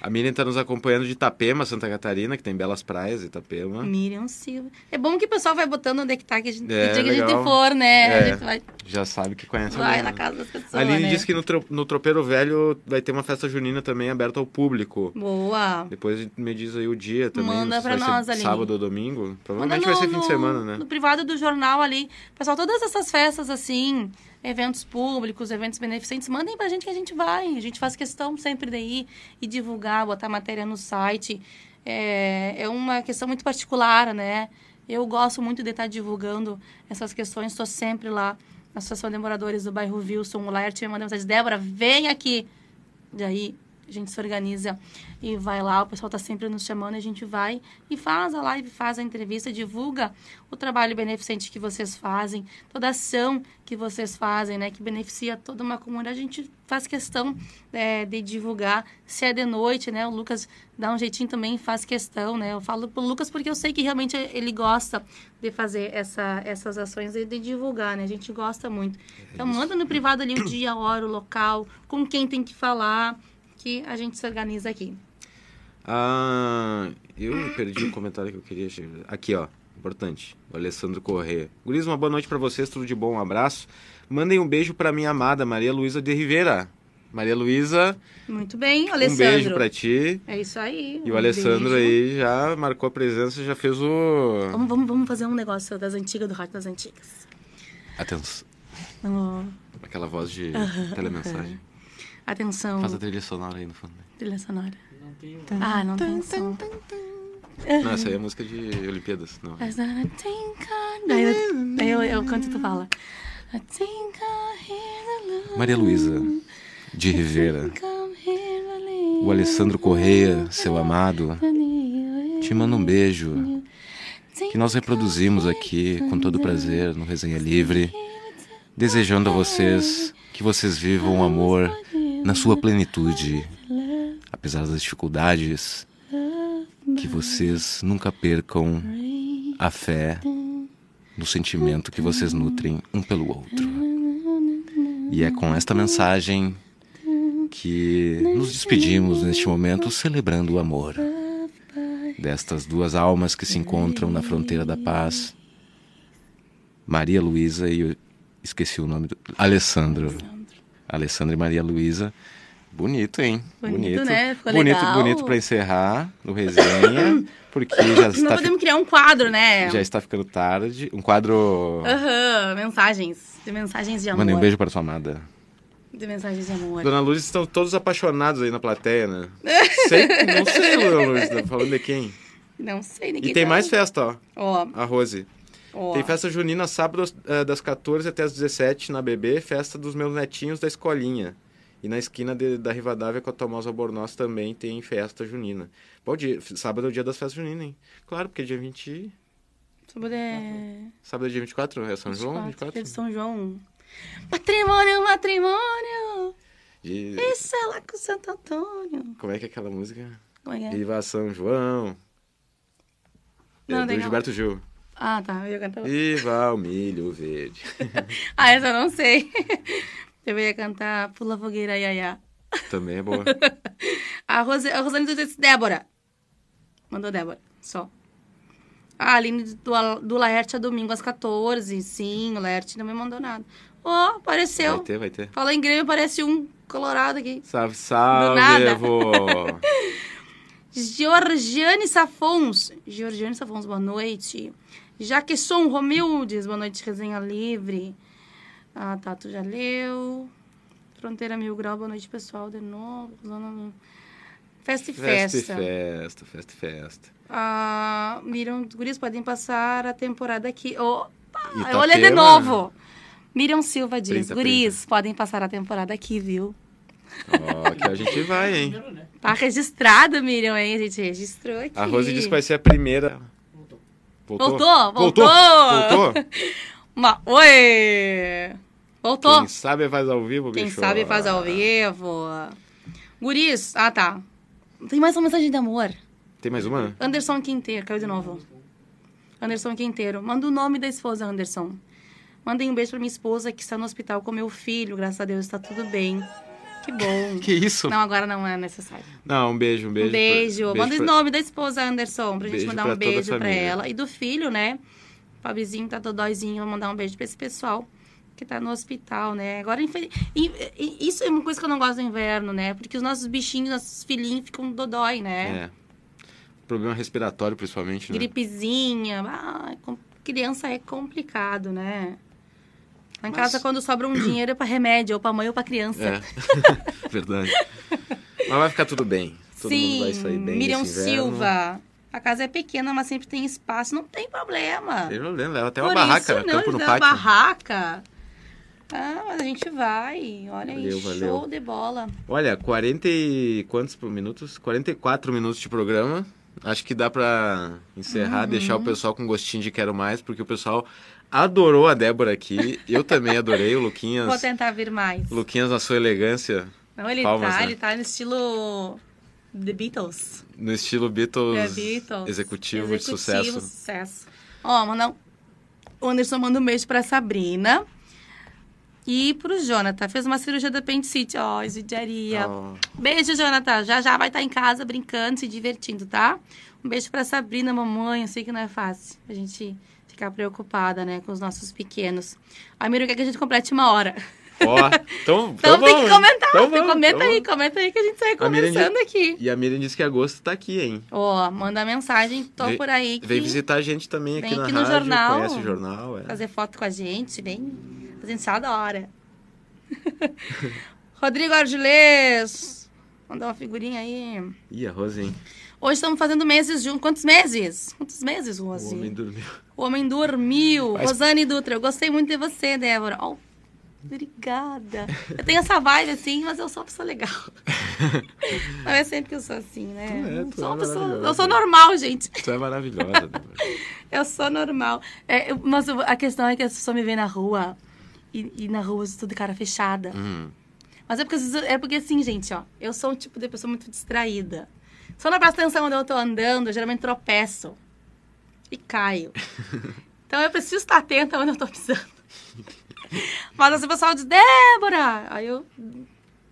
A Miriam tá nos acompanhando de Itapema, Santa Catarina, que tem belas praias, Itapema. Miriam Silva. É bom que o pessoal vai botando onde é que tá, que a gente, É, que dia que a gente legal. for, né? É. A gente vai, Já sabe que conhece vai alguém, na né? casa das pessoas, A Aline né? disse que no, tro- no Tropeiro Velho vai ter uma festa junina também aberta ao público. Boa. Depois me diz aí o dia também. Manda se vai pra ser nós, Aline. Sábado ou domingo? Manda Provavelmente vai ser fim de semana, né? No privado do jornal ali. Pessoal, todas essas festas, assim, eventos públicos, eventos beneficentes, mandem pra gente que a gente vai. A gente faz questão sempre daí e divulgar, botar matéria no site. É, é uma questão muito particular, né? Eu gosto muito de estar divulgando essas questões, estou sempre lá na Associação de Moradores do Bairro Wilson. O Laerte me mandou mensagem, Débora, vem aqui. Daí a gente se organiza e vai lá, o pessoal está sempre nos chamando, a gente vai e faz a live, faz a entrevista, divulga o trabalho beneficente que vocês fazem, toda a ação que vocês fazem, né, que beneficia toda uma comunidade, a gente faz questão né, de divulgar, se é de noite, né, o Lucas dá um jeitinho também, faz questão, né, eu falo pro Lucas porque eu sei que realmente ele gosta de fazer essa, essas ações e de divulgar, né, a gente gosta muito. É então, manda no privado ali o dia, a hora, o local, com quem tem que falar, que a gente se organiza aqui. Ah, eu perdi o comentário que eu queria. chegar. Aqui, ó. Importante. O Alessandro Corrêa. Guris, uma boa noite pra vocês. Tudo de bom, um abraço. Mandem um beijo pra minha amada Maria Luísa de Rivera. Maria Luísa, Muito bem, um Alessandro. beijo pra ti. É isso aí. E um o Alessandro beijo. aí já marcou a presença, já fez o. Vamos, vamos, vamos fazer um negócio das antigas, do Rádio das Antigas. Atenção. Ó, Aquela voz de telemensagem. Atenção, Faz a trilha sonora aí no fundo. trilha sonora. Não tem Tá. um... Ah, não tem som. Não, essa aí é música de Olimpíadas. Não. Mas I think I- Daí eu- daí eu, eu canto e tu fala. I think I hear the Maria Luísa de Rivera. O Alessandro Correia, seu amado, te manda um beijo que nós reproduzimos aqui com todo prazer no Resenha Livre, desejando a vocês que vocês vivam o amor na sua plenitude, apesar das dificuldades, que vocês nunca percam a fé no sentimento que vocês nutrem um pelo outro. E é com esta mensagem que nos despedimos neste momento celebrando o amor destas duas almas que se encontram na fronteira da paz. Maria Luísa e eu esqueci o nome do Alessandro. Alessandro e Maria Luísa. Bonito, hein? Bonito, né? Ficou bonito, legal. bonito para encerrar no resenha, porque já Nós está, podemos criar um quadro, né? já está ficando tarde. Um quadro. Aham, mensagens. De mensagens de amor. Mandei um beijo para sua amada. De mensagens de amor. Dona Luz estão todos apaixonados aí na plateia, né? Sei, que- não sei, Dona Luz, né? falando de quem. Não sei ninguém. E tem tá- mais festa, ó. Ó, A Rose. ó. Tem festa junina sábado eh, das 14 até as 17 na BB, festa dos meus netinhos da escolinha. E na esquina de- da Rivadavia com a Tomás Albornoz também tem festa junina. Bom dia, f- sábado é o dia das festas juninas, hein? Claro, porque é dia 20. Sobre. é, Sábado é dia 24, é São 24, João? 24? teve São João. Matrimônio, matrimônio. De, Isso é lá com Santo Antônio. como é que é aquela música? Como é que é? Viva São João! É Não, do daí não. Gilberto Gil. Ah, tá. Eu ia cantar. Viva o milho verde. Ah, essa eu não sei. Eu ia cantar Pula Fogueira, Yaya. Também é boa. A, Rose, a Rosane disse Débora. Mandou Débora, só. A Aline do, Al- do Laerte é domingo às 14. Sim, o Laerte não me mandou nada. Ó, apareceu. Vai ter, vai ter. Fala em Grêmio, parece um colorado aqui. Salve, Do salve, nada. avô! Georgiane Safons. Georgiane Safons, boa noite. Jaquesson Romeu diz boa noite, resenha livre. Ah, tá, tu já leu. Fronteira Mil Grau, boa noite, pessoal, de novo. Zona- Festa e Festa festa. e festa, festa e festa. Ah, Miriam, os guris podem passar a temporada aqui. Opa, Itapema. eu olhei Ah, de novo. Miriam Silva diz, Printa, guris, podem passar a temporada aqui, viu? Ó, que a gente vai, hein? Primeiro, né? Tá registrado, Miriam, hein? A gente registrou aqui. A Rose disse que vai ser a primeira. Voltou. Voltou, Voltou? voltou. Voltou? Uma... Oi! Voltou. Quem sabe faz ao vivo, Quem bicho. sabe faz ao vivo. Guris, ah tá. Tem mais uma mensagem de amor. Tem mais uma? Anderson Quinteiro, caiu de novo. Anderson Quinteiro. Manda o nome da esposa, Anderson. Mandem um beijo pra minha esposa que está no hospital com meu filho. Graças a Deus, está tudo bem. Que bom. Que isso? Não, agora não é necessário. Não, um beijo, um beijo. um beijo. pra- Manda pra- o nome da esposa, Anderson, pra gente Beijo mandar pra um toda a beijo pra família. ela. E do filho, né? O Fabizinho tá dodóizinho, vou mandar um beijo pra esse pessoal que tá no hospital, né? Agora, infel- e- e- isso é uma coisa que eu não gosto do inverno, né? Porque os nossos bichinhos, nossos filhinhos ficam dodói, né? É. Problema respiratório, principalmente, né? gripezinha. Ah, com- criança é complicado, né? Lá em Mas- casa, quando sobra um dinheiro, é pra remédio, ou pra mãe, ou pra criança. É. Verdade. Mas vai ficar tudo bem. Todo Sim, mundo vai sair bem. Miriam nesse inverno. Silva. A casa é pequena, mas sempre tem espaço, não tem problema. Tem problema, leva até Por uma barraca, né? isso, não, é campo eles no dão pátio. barraca. Ah, mas a gente vai. Olha aí, Valeu, valeu. show de bola. Olha, 40 e quantos por minutos? 44 minutos de programa. Acho que dá pra Uhum. encerrar, deixar o pessoal com gostinho de quero mais, porque o pessoal adorou a Débora aqui. Eu também adorei o Vou Luquinhas. tentar vir mais. Luquinhas na sua elegância, Não, ele Palmas, tá, né? ele tá no estilo The Beatles. no estilo Beatles, The É, Beatles. executivo de Executivo, sucesso. sucesso. Ó, mandar um... O Anderson manda um beijo pra Sabrina. E pro Jonathan. Fez uma cirurgia da apendicite. Ó, judiaria. Ó, Beijo, Jonathan. Já já vai estar em casa brincando, se divertindo, tá? Um beijo pra Sabrina, mamãe. Eu sei que não é fácil a gente ficar preocupada, né, com os nossos pequenos. A Miro quer que a gente complete uma hora. ó, então, Então tá tem bom, que comentar. então Você vamos, comenta então aí, comenta aí que a gente sai A Miriam- conversando aqui. E a Miriam disse que agosto tá aqui, hein? Ó, manda mensagem, tô Vem- por aí. Que Vem visitar a gente também aqui Vem na aqui no rádio, jornal. conhece o jornal. É. Fazer foto com a gente, bem. A gente se adora. Rodrigo Argilês. Mandou uma figurinha aí. Ih, a Rose, hein? Hoje estamos fazendo meses juntos. Quantos meses? Quantos meses, O Rose? homem dormiu. O homem dormiu. Mas- Rosane Dutra, eu gostei muito de você, Débora. Ó, obrigada. Eu tenho essa vibe assim, mas eu sou uma pessoa legal. Não é sempre que eu sou assim, né? Tu é, Eu tu sou é uma pessoa- maravilhosa. eu sou normal, gente. Tu é maravilhosa, Débora. Eu sou normal. É, eu- mas eu- a questão é que as pessoas me veem na rua e, e na rua eu estou de cara fechada. Hum. Mas é porque, às vezes- é porque assim, gente, ó. Eu sou um tipo de pessoa muito distraída. Só não presto atenção quando eu tô andando, eu geralmente tropeço. E caio. Então eu preciso estar atenta onde eu tô pisando. Mas assim, o pessoal diz, Débora! Aí eu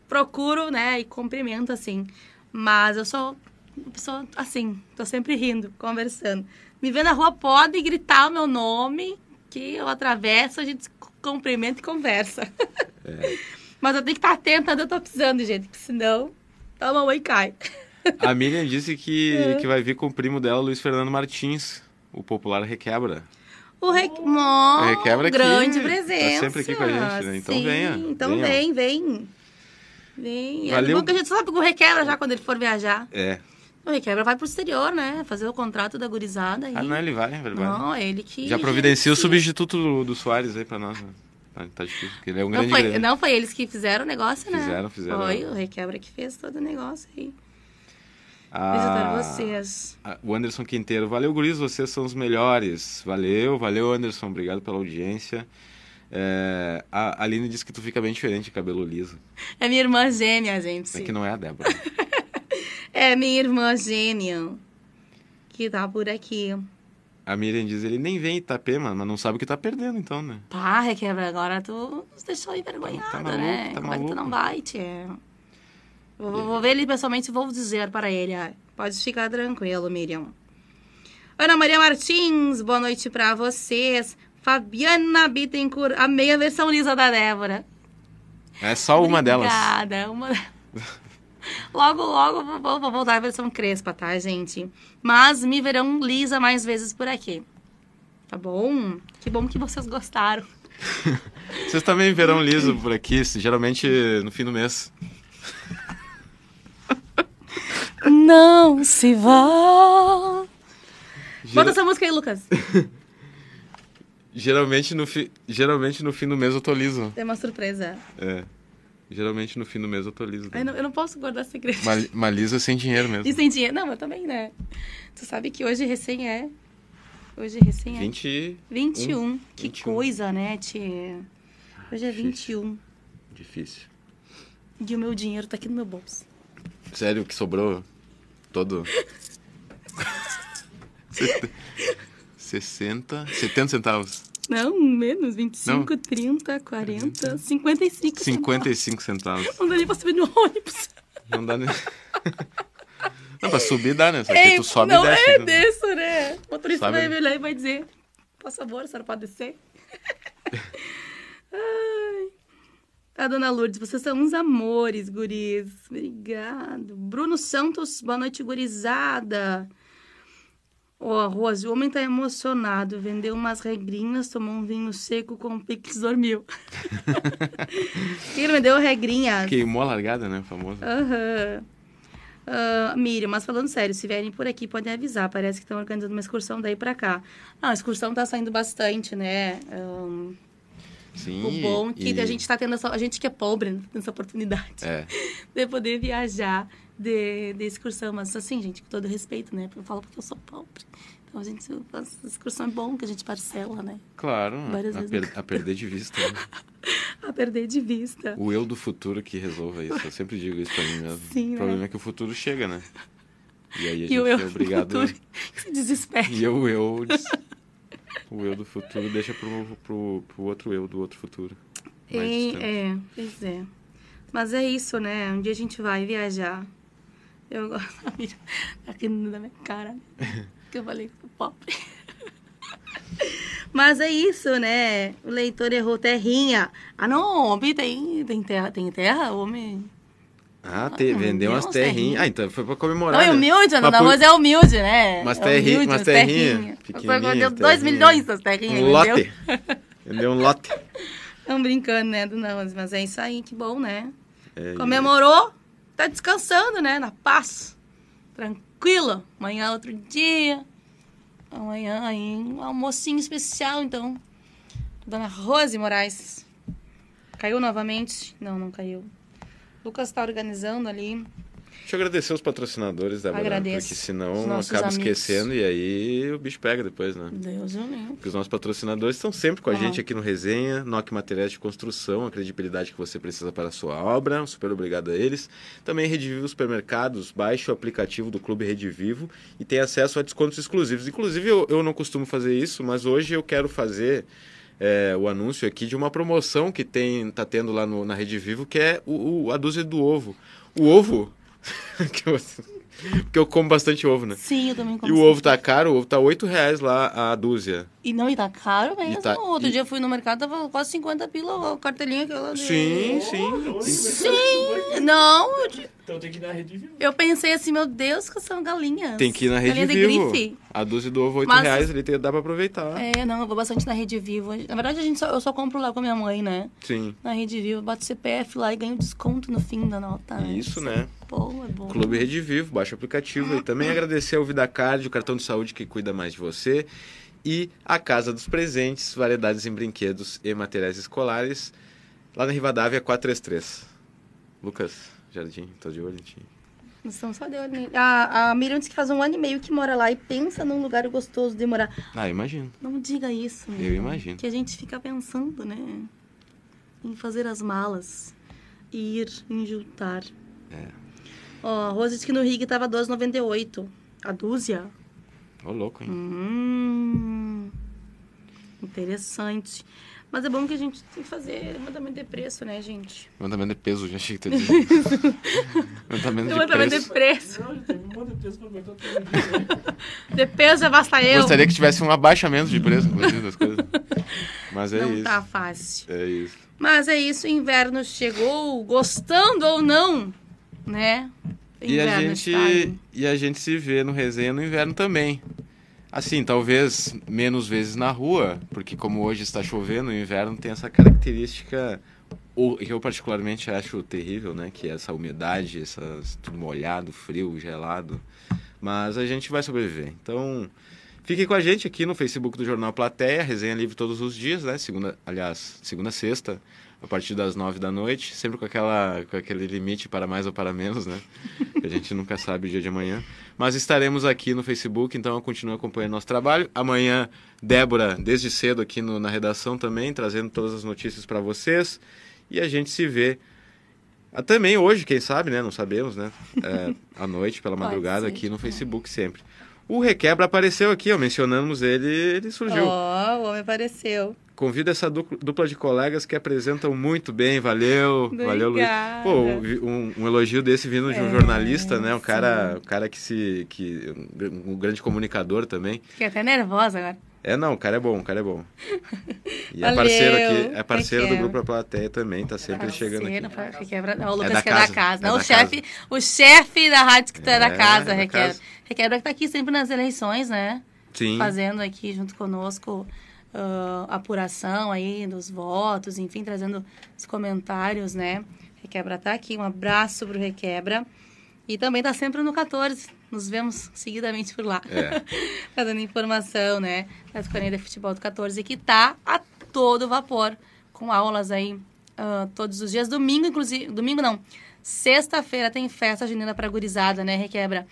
procuro, né, e cumprimento, assim. Mas eu sou uma pessoa assim, tô sempre rindo, conversando. Me vê na rua, pode gritar o meu nome, que eu atravesso, a gente se cumprimenta e conversa. É. Mas eu tenho que estar atenta onde eu tô pisando, gente, porque senão toma um e cai. A Miriam disse que, que vai vir com o primo dela, Luiz Fernando Martins, o popular requebra. O Re... Mó, O Requebra aqui grande tá presença. sempre aqui com a gente, né? Então Sim, venha, Então venha. vem, vem. Vem. É Valeu. bom que a gente sabe que o Requebra já quando ele for viajar. É. O Requebra vai pro exterior, né? Fazer o contrato da gurizada aí. Ah, não, ele vai, ele vai. né? Não, é ele que. Já providencia o gerencia. substituto do, do Soares aí pra nós. né? Tá, tá difícil, porque ele é um Não grande foi, grande. não foi eles que fizeram o negócio, né? Fizeram, fizeram. Foi o Requebra que fez todo o negócio aí. Ah, Visitar vocês. ah, O Anderson Quinteiro. Valeu, Guris, vocês são os melhores. Valeu, valeu, Anderson. Obrigado pela audiência. É, a Aline disse que tu fica bem diferente de cabelo liso. É minha irmã gêmea, gente. É que não é a Débora. É minha irmã gêmea. Que tá por aqui. A Miriam diz, ele nem vem em Itapema, mas não sabe o que tá perdendo, então, né? Pá, Tá, Requebra, agora tu nos deixou envergonhada, Tá maluco, né? tá Como é que tu não maluco. vai, Tchê? Vou, vou- vou ver ele pessoalmente e vou dizer para ele. ah, Pode ficar tranquilo, Miriam. Ana Maria Martins, boa noite pra vocês. Fabiana Bittencourt, amei a versão lisa da Débora. É só uma delas. Obrigada, uma Logo, logo vou- vou, vou voltar à versão crespa, tá, gente? Mas me verão lisa mais vezes por aqui. Tá bom? Que bom que vocês gostaram. Vocês também verão liso por aqui, se- geralmente no fim do mês. Não se vá. Gera- Bota essa música aí, Lucas. Geralmente, no fi... geralmente no fim do mês eu tô liso. Tem uma surpresa. É. Geralmente no fim do mês eu tô liso. Ai, não- eu não posso guardar segredo. Mas mas liso é sem dinheiro mesmo. E sem dinheiro. Não, eu também, né? Tu sabe que hoje recém é. Hoje recém é. 20. 21. Que 21. coisa, né, Tchê? Hoje é 21. Difícil. E o meu dinheiro tá aqui no meu bolso. Sério, o que sobrou todo. 60. 70 centavos. Não, menos. 25, 30, 40, 55. 55 centavos. Não dá nem pra subir no ônibus. Não dá nem. Não, pra subir dá, né? Só que Ei, tu sobe não e desce. é né? disso, né? O motorista Sabe? vai me olhar e vai dizer, por favor, a senhora pode descer? Ai. A dona Lourdes, vocês são uns amores, guris. Obrigado. Bruno Santos, boa noite, gurizada. Ó, Rose, o homem tá emocionado. Vendeu umas regrinhas, tomou um vinho seco com pix dormiu. Ele vendeu regrinhas. Queimou a largada, né? Famoso. Aham. Ah, Miriam, mas falando sério, se vierem por aqui podem avisar. Parece que estão organizando uma excursão daí pra cá. Não, a excursão tá saindo bastante, né? Ahn, Sim, Ah, o bom é que e- a gente está tendo essa, a gente que é pobre, né, tem essa oportunidade É. de poder viajar de, de excursão, mas assim, gente, com todo respeito, né? Eu falo porque eu sou pobre. Então a gente, a excursão é bom que a gente parcela, né? Claro, Várias a, vezes per- no a perder de vista. né? A perder de vista. O eu do futuro que resolva isso. Eu sempre digo isso pra mim mesmo. Sim, o né? problema é que o futuro chega, né? E aí a gente E o eu é do obrigado. futuro que se desespera. E eu, eu. O eu do futuro deixa pro, pro, pro outro eu do outro futuro. Mais Ei, distante. é, pois é. Mas é isso, né? Um dia a gente vai viajar. Eu gosto da minha, tá rindo da minha cara. né? que eu falei que sou pobre. Mas é isso, né? O leitor errou terrinha. Ah, não, homem tem, tem terra. Tem terra, homem. Ah, te, Ah, vendeu umas Deus, terrinhas. terrinha. Ah, então foi pra comemorar. Não, é né? humilde, a Mas Dona por- Rosa é humilde, né? Mas é terri- humilde, mas as terrinha, terrinha. pequenininha, Foi deu 2 terrinha. milhões das terrinhas, Um entendeu? lote. Vendeu um lote. Estão brincando, né? Não, mas é isso aí, que bom, né? É, Comemorou, tá descansando, né? Na paz. Tranquilo. Amanhã é outro dia. Amanhã aí um almocinho especial, então. Dona Rose Moraes. Caiu novamente? Não, não caiu. Lucas tá organizando ali. Deixa eu agradecer os patrocinadores da Agradeço. porque Os senão nossos acaba amigos. esquecendo e aí o bicho pega depois, né? Deus eu livre. Porque os nossos patrocinadores estão sempre com a Aham. gente aqui no Resenha, NOC Materiais de Construção, a credibilidade que você precisa para a sua obra, super obrigado a eles. Também Rede Vivo Supermercados, baixe o aplicativo do Clube Rede Vivo e tem acesso a descontos exclusivos. Inclusive, eu, eu não costumo fazer isso, mas hoje eu quero fazer é, o anúncio aqui de uma promoção que tem tá tendo lá no- na Rede Vivo, que é o, o- a dúzia do ovo. O ovo... que eu- Porque eu como bastante ovo, né? Sim, eu também E comecei. o ovo tá caro, o ovo tá R$ 8 reais lá a dúzia. E não, e tá caro mesmo. E tá- Outro e- dia eu fui no mercado, tava quase 50 pila a cartelinha aquela. de- Sim, sim. Sim! Não, eu Então tem que ir na rede viva. Eu pensei assim, meu Deus, que são galinhas. Tem que ir na Rede Galinha Vivo. de grife. A dúzia do ovo, 8 Mas- reais, ele tem, dá pra aproveitar. É, não, eu vou bastante na Rede Vivo. Na verdade, a gente só, eu só compro lá com a minha mãe, né? Sim. Na Rede Vivo, boto CPF lá e ganho desconto no fim da nota. Isso, né? Pô, é bom. Clube Rede Vivo, baixa o aplicativo. E Ah. também agradecer ao VidaCard, o cartão de saúde que cuida mais de você. E a Casa dos Presentes, variedades em brinquedos e materiais escolares. Lá na Rivadavia, 433. Lucas, Jardim, tô de olho em ti. Nós estamos só de olho nele. A, a Miriam disse que faz um ano e meio que mora lá e pensa num lugar gostoso de morar. Ah, eu imagino. Não diga isso, Eu imagino. Que a gente fica pensando, né? Em fazer as malas. E ir em juntar. É. Ó, a Rose disse que no Rig tava 12,98. A dúzia. Ô, louco, hein? Hum, interessante. Mas é bom que a gente tem que fazer levantamento de preço, né, gente? Levantamento de peso, já achei que tu ia dizer. Levantamento de Levantamento preço. de preço. Não, ele teve um monte de peso pra aguentar todo mundo. De peso já basta eu. Gostaria que tivesse um abaixamento de preço, inclusive, das coisas. Mas é Não isso. tá fácil. É isso. Mas é isso, o inverno chegou, gostando ou não, né? E a, Inverno gente, está aí. e a gente se vê no resenha no inverno também. Assim, talvez menos vezes na rua, porque como hoje está chovendo, o inverno tem essa característica o- que eu particularmente acho terrível, né? Que é essa umidade, essas, tudo molhado, frio, gelado. Mas a gente vai sobreviver. Então, fiquem com a gente aqui no Facebook do Jornal Plateia, resenha livre todos os dias, né? Segunda, aliás, segunda a sexta, a partir das nove da noite, sempre com, aquela, com aquele limite para mais ou para menos, né? que a gente nunca sabe o dia de amanhã. Mas estaremos aqui no Facebook, então continue acompanhando nosso trabalho. Amanhã, Débora, desde cedo aqui no- na redação também, trazendo todas as notícias para vocês. E a gente se vê ah, também hoje, quem sabe, né? Não sabemos, né? É, à noite, pela Pode madrugada, ser, aqui no é. Facebook sempre. O Requebra apareceu aqui, ó, mencionamos ele, ele surgiu. Ó, o homem apareceu. Convido essa du- dupla de colegas que apresentam muito bem, valeu, valeu, Luiz. Obrigada. Pô, um, um elogio desse vindo de um É, jornalista, né? Um cara, um cara que se. Que, um grande comunicador também. Fiquei até nervosa agora. É, não, o cara é bom, o cara é bom. E é Valeu, parceiro aqui, é parceiro do Requebra. grupo A Plateia também, tá sempre chegando Parceiro, aqui. pra- Requebra, não, o Lucas da que é da casa, casa. é Não, o da chefe, o chefe da rádio que tá É, da casa, da Requebra. casa. Requebra que tá aqui sempre nas eleições, né? Sim. Fazendo aqui junto conosco ah, apuração aí dos votos, enfim, trazendo os comentários, né? Requebra tá aqui, um abraço pro Requebra. E também tá sempre no 14. Nos vemos seguidamente por lá. É. tá dando informação, né? Da Escolinha de Futebol do 14, que tá a todo vapor. com aulas aí ah, todos os dias. Domingo, inclusive. Domingo não. Sexta-feira tem festa junina para gurizada, né, Requebra?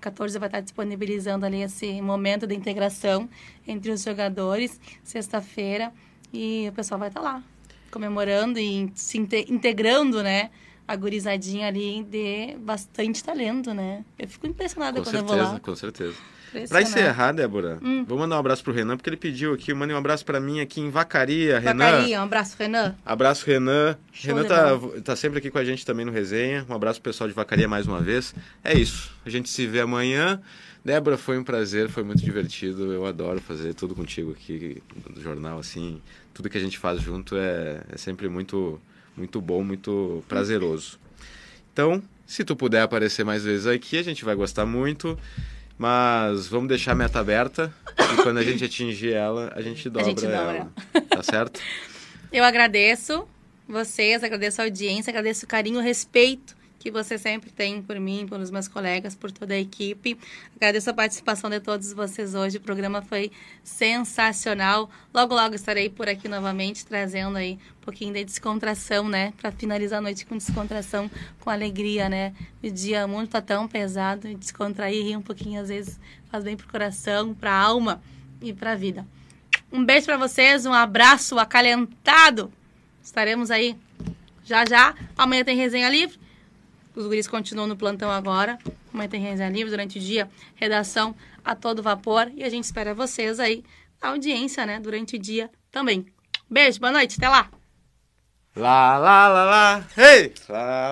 14 vai estar disponibilizando ali esse momento de integração entre os jogadores, sexta-feira, e o pessoal vai estar lá comemorando e se inte- integrando, né? A gurizadinha ali de bastante talento, né? Eu fico impressionada Com quando eu vou certeza, lá. é com certeza. Pra Impressionada. encerrar, Débora, Hum. vou mandar um abraço pro Renan, porque ele pediu aqui. Mandem um abraço pra mim aqui em Vacaria, Renan. Vacaria, um abraço, Renan. Abraço, Renan. Show Renan de tá, tá sempre aqui com a gente também no resenha. Um abraço pro pessoal de Vacaria mais uma vez. É isso. A gente se vê amanhã. Débora, foi um prazer, foi muito divertido. Eu adoro fazer tudo contigo aqui do jornal, assim. Tudo que a gente faz junto é, é sempre muito, muito bom, muito prazeroso. Então, se tu puder aparecer mais vezes aqui, a gente vai gostar muito. Mas vamos deixar a meta aberta. E quando a gente atingir ela, a gente dobra, gente dobra ela. Tá certo? Eu agradeço vocês, agradeço a audiência, agradeço o carinho, o respeito que você sempre tem por mim, pelos meus colegas, por toda a equipe. Agradeço a participação de todos vocês hoje. O programa foi sensacional. Logo, logo estarei por aqui novamente trazendo aí um pouquinho de descontração, né? Para finalizar a noite com descontração, com alegria, né? O dia o mundo tá tão pesado, e descontrair, rir um pouquinho às vezes faz bem pro coração, pra alma e pra vida. Um beijo pra vocês, um abraço acalentado. Estaremos aí já já. Amanhã tem resenha livre. Os guris continuam no plantão agora. Amanhã tem resenha livre durante o dia, redação a todo vapor e a gente espera vocês aí na audiência, né, durante o dia também. Beijo, boa noite, até lá. La la la la. Hey! La la.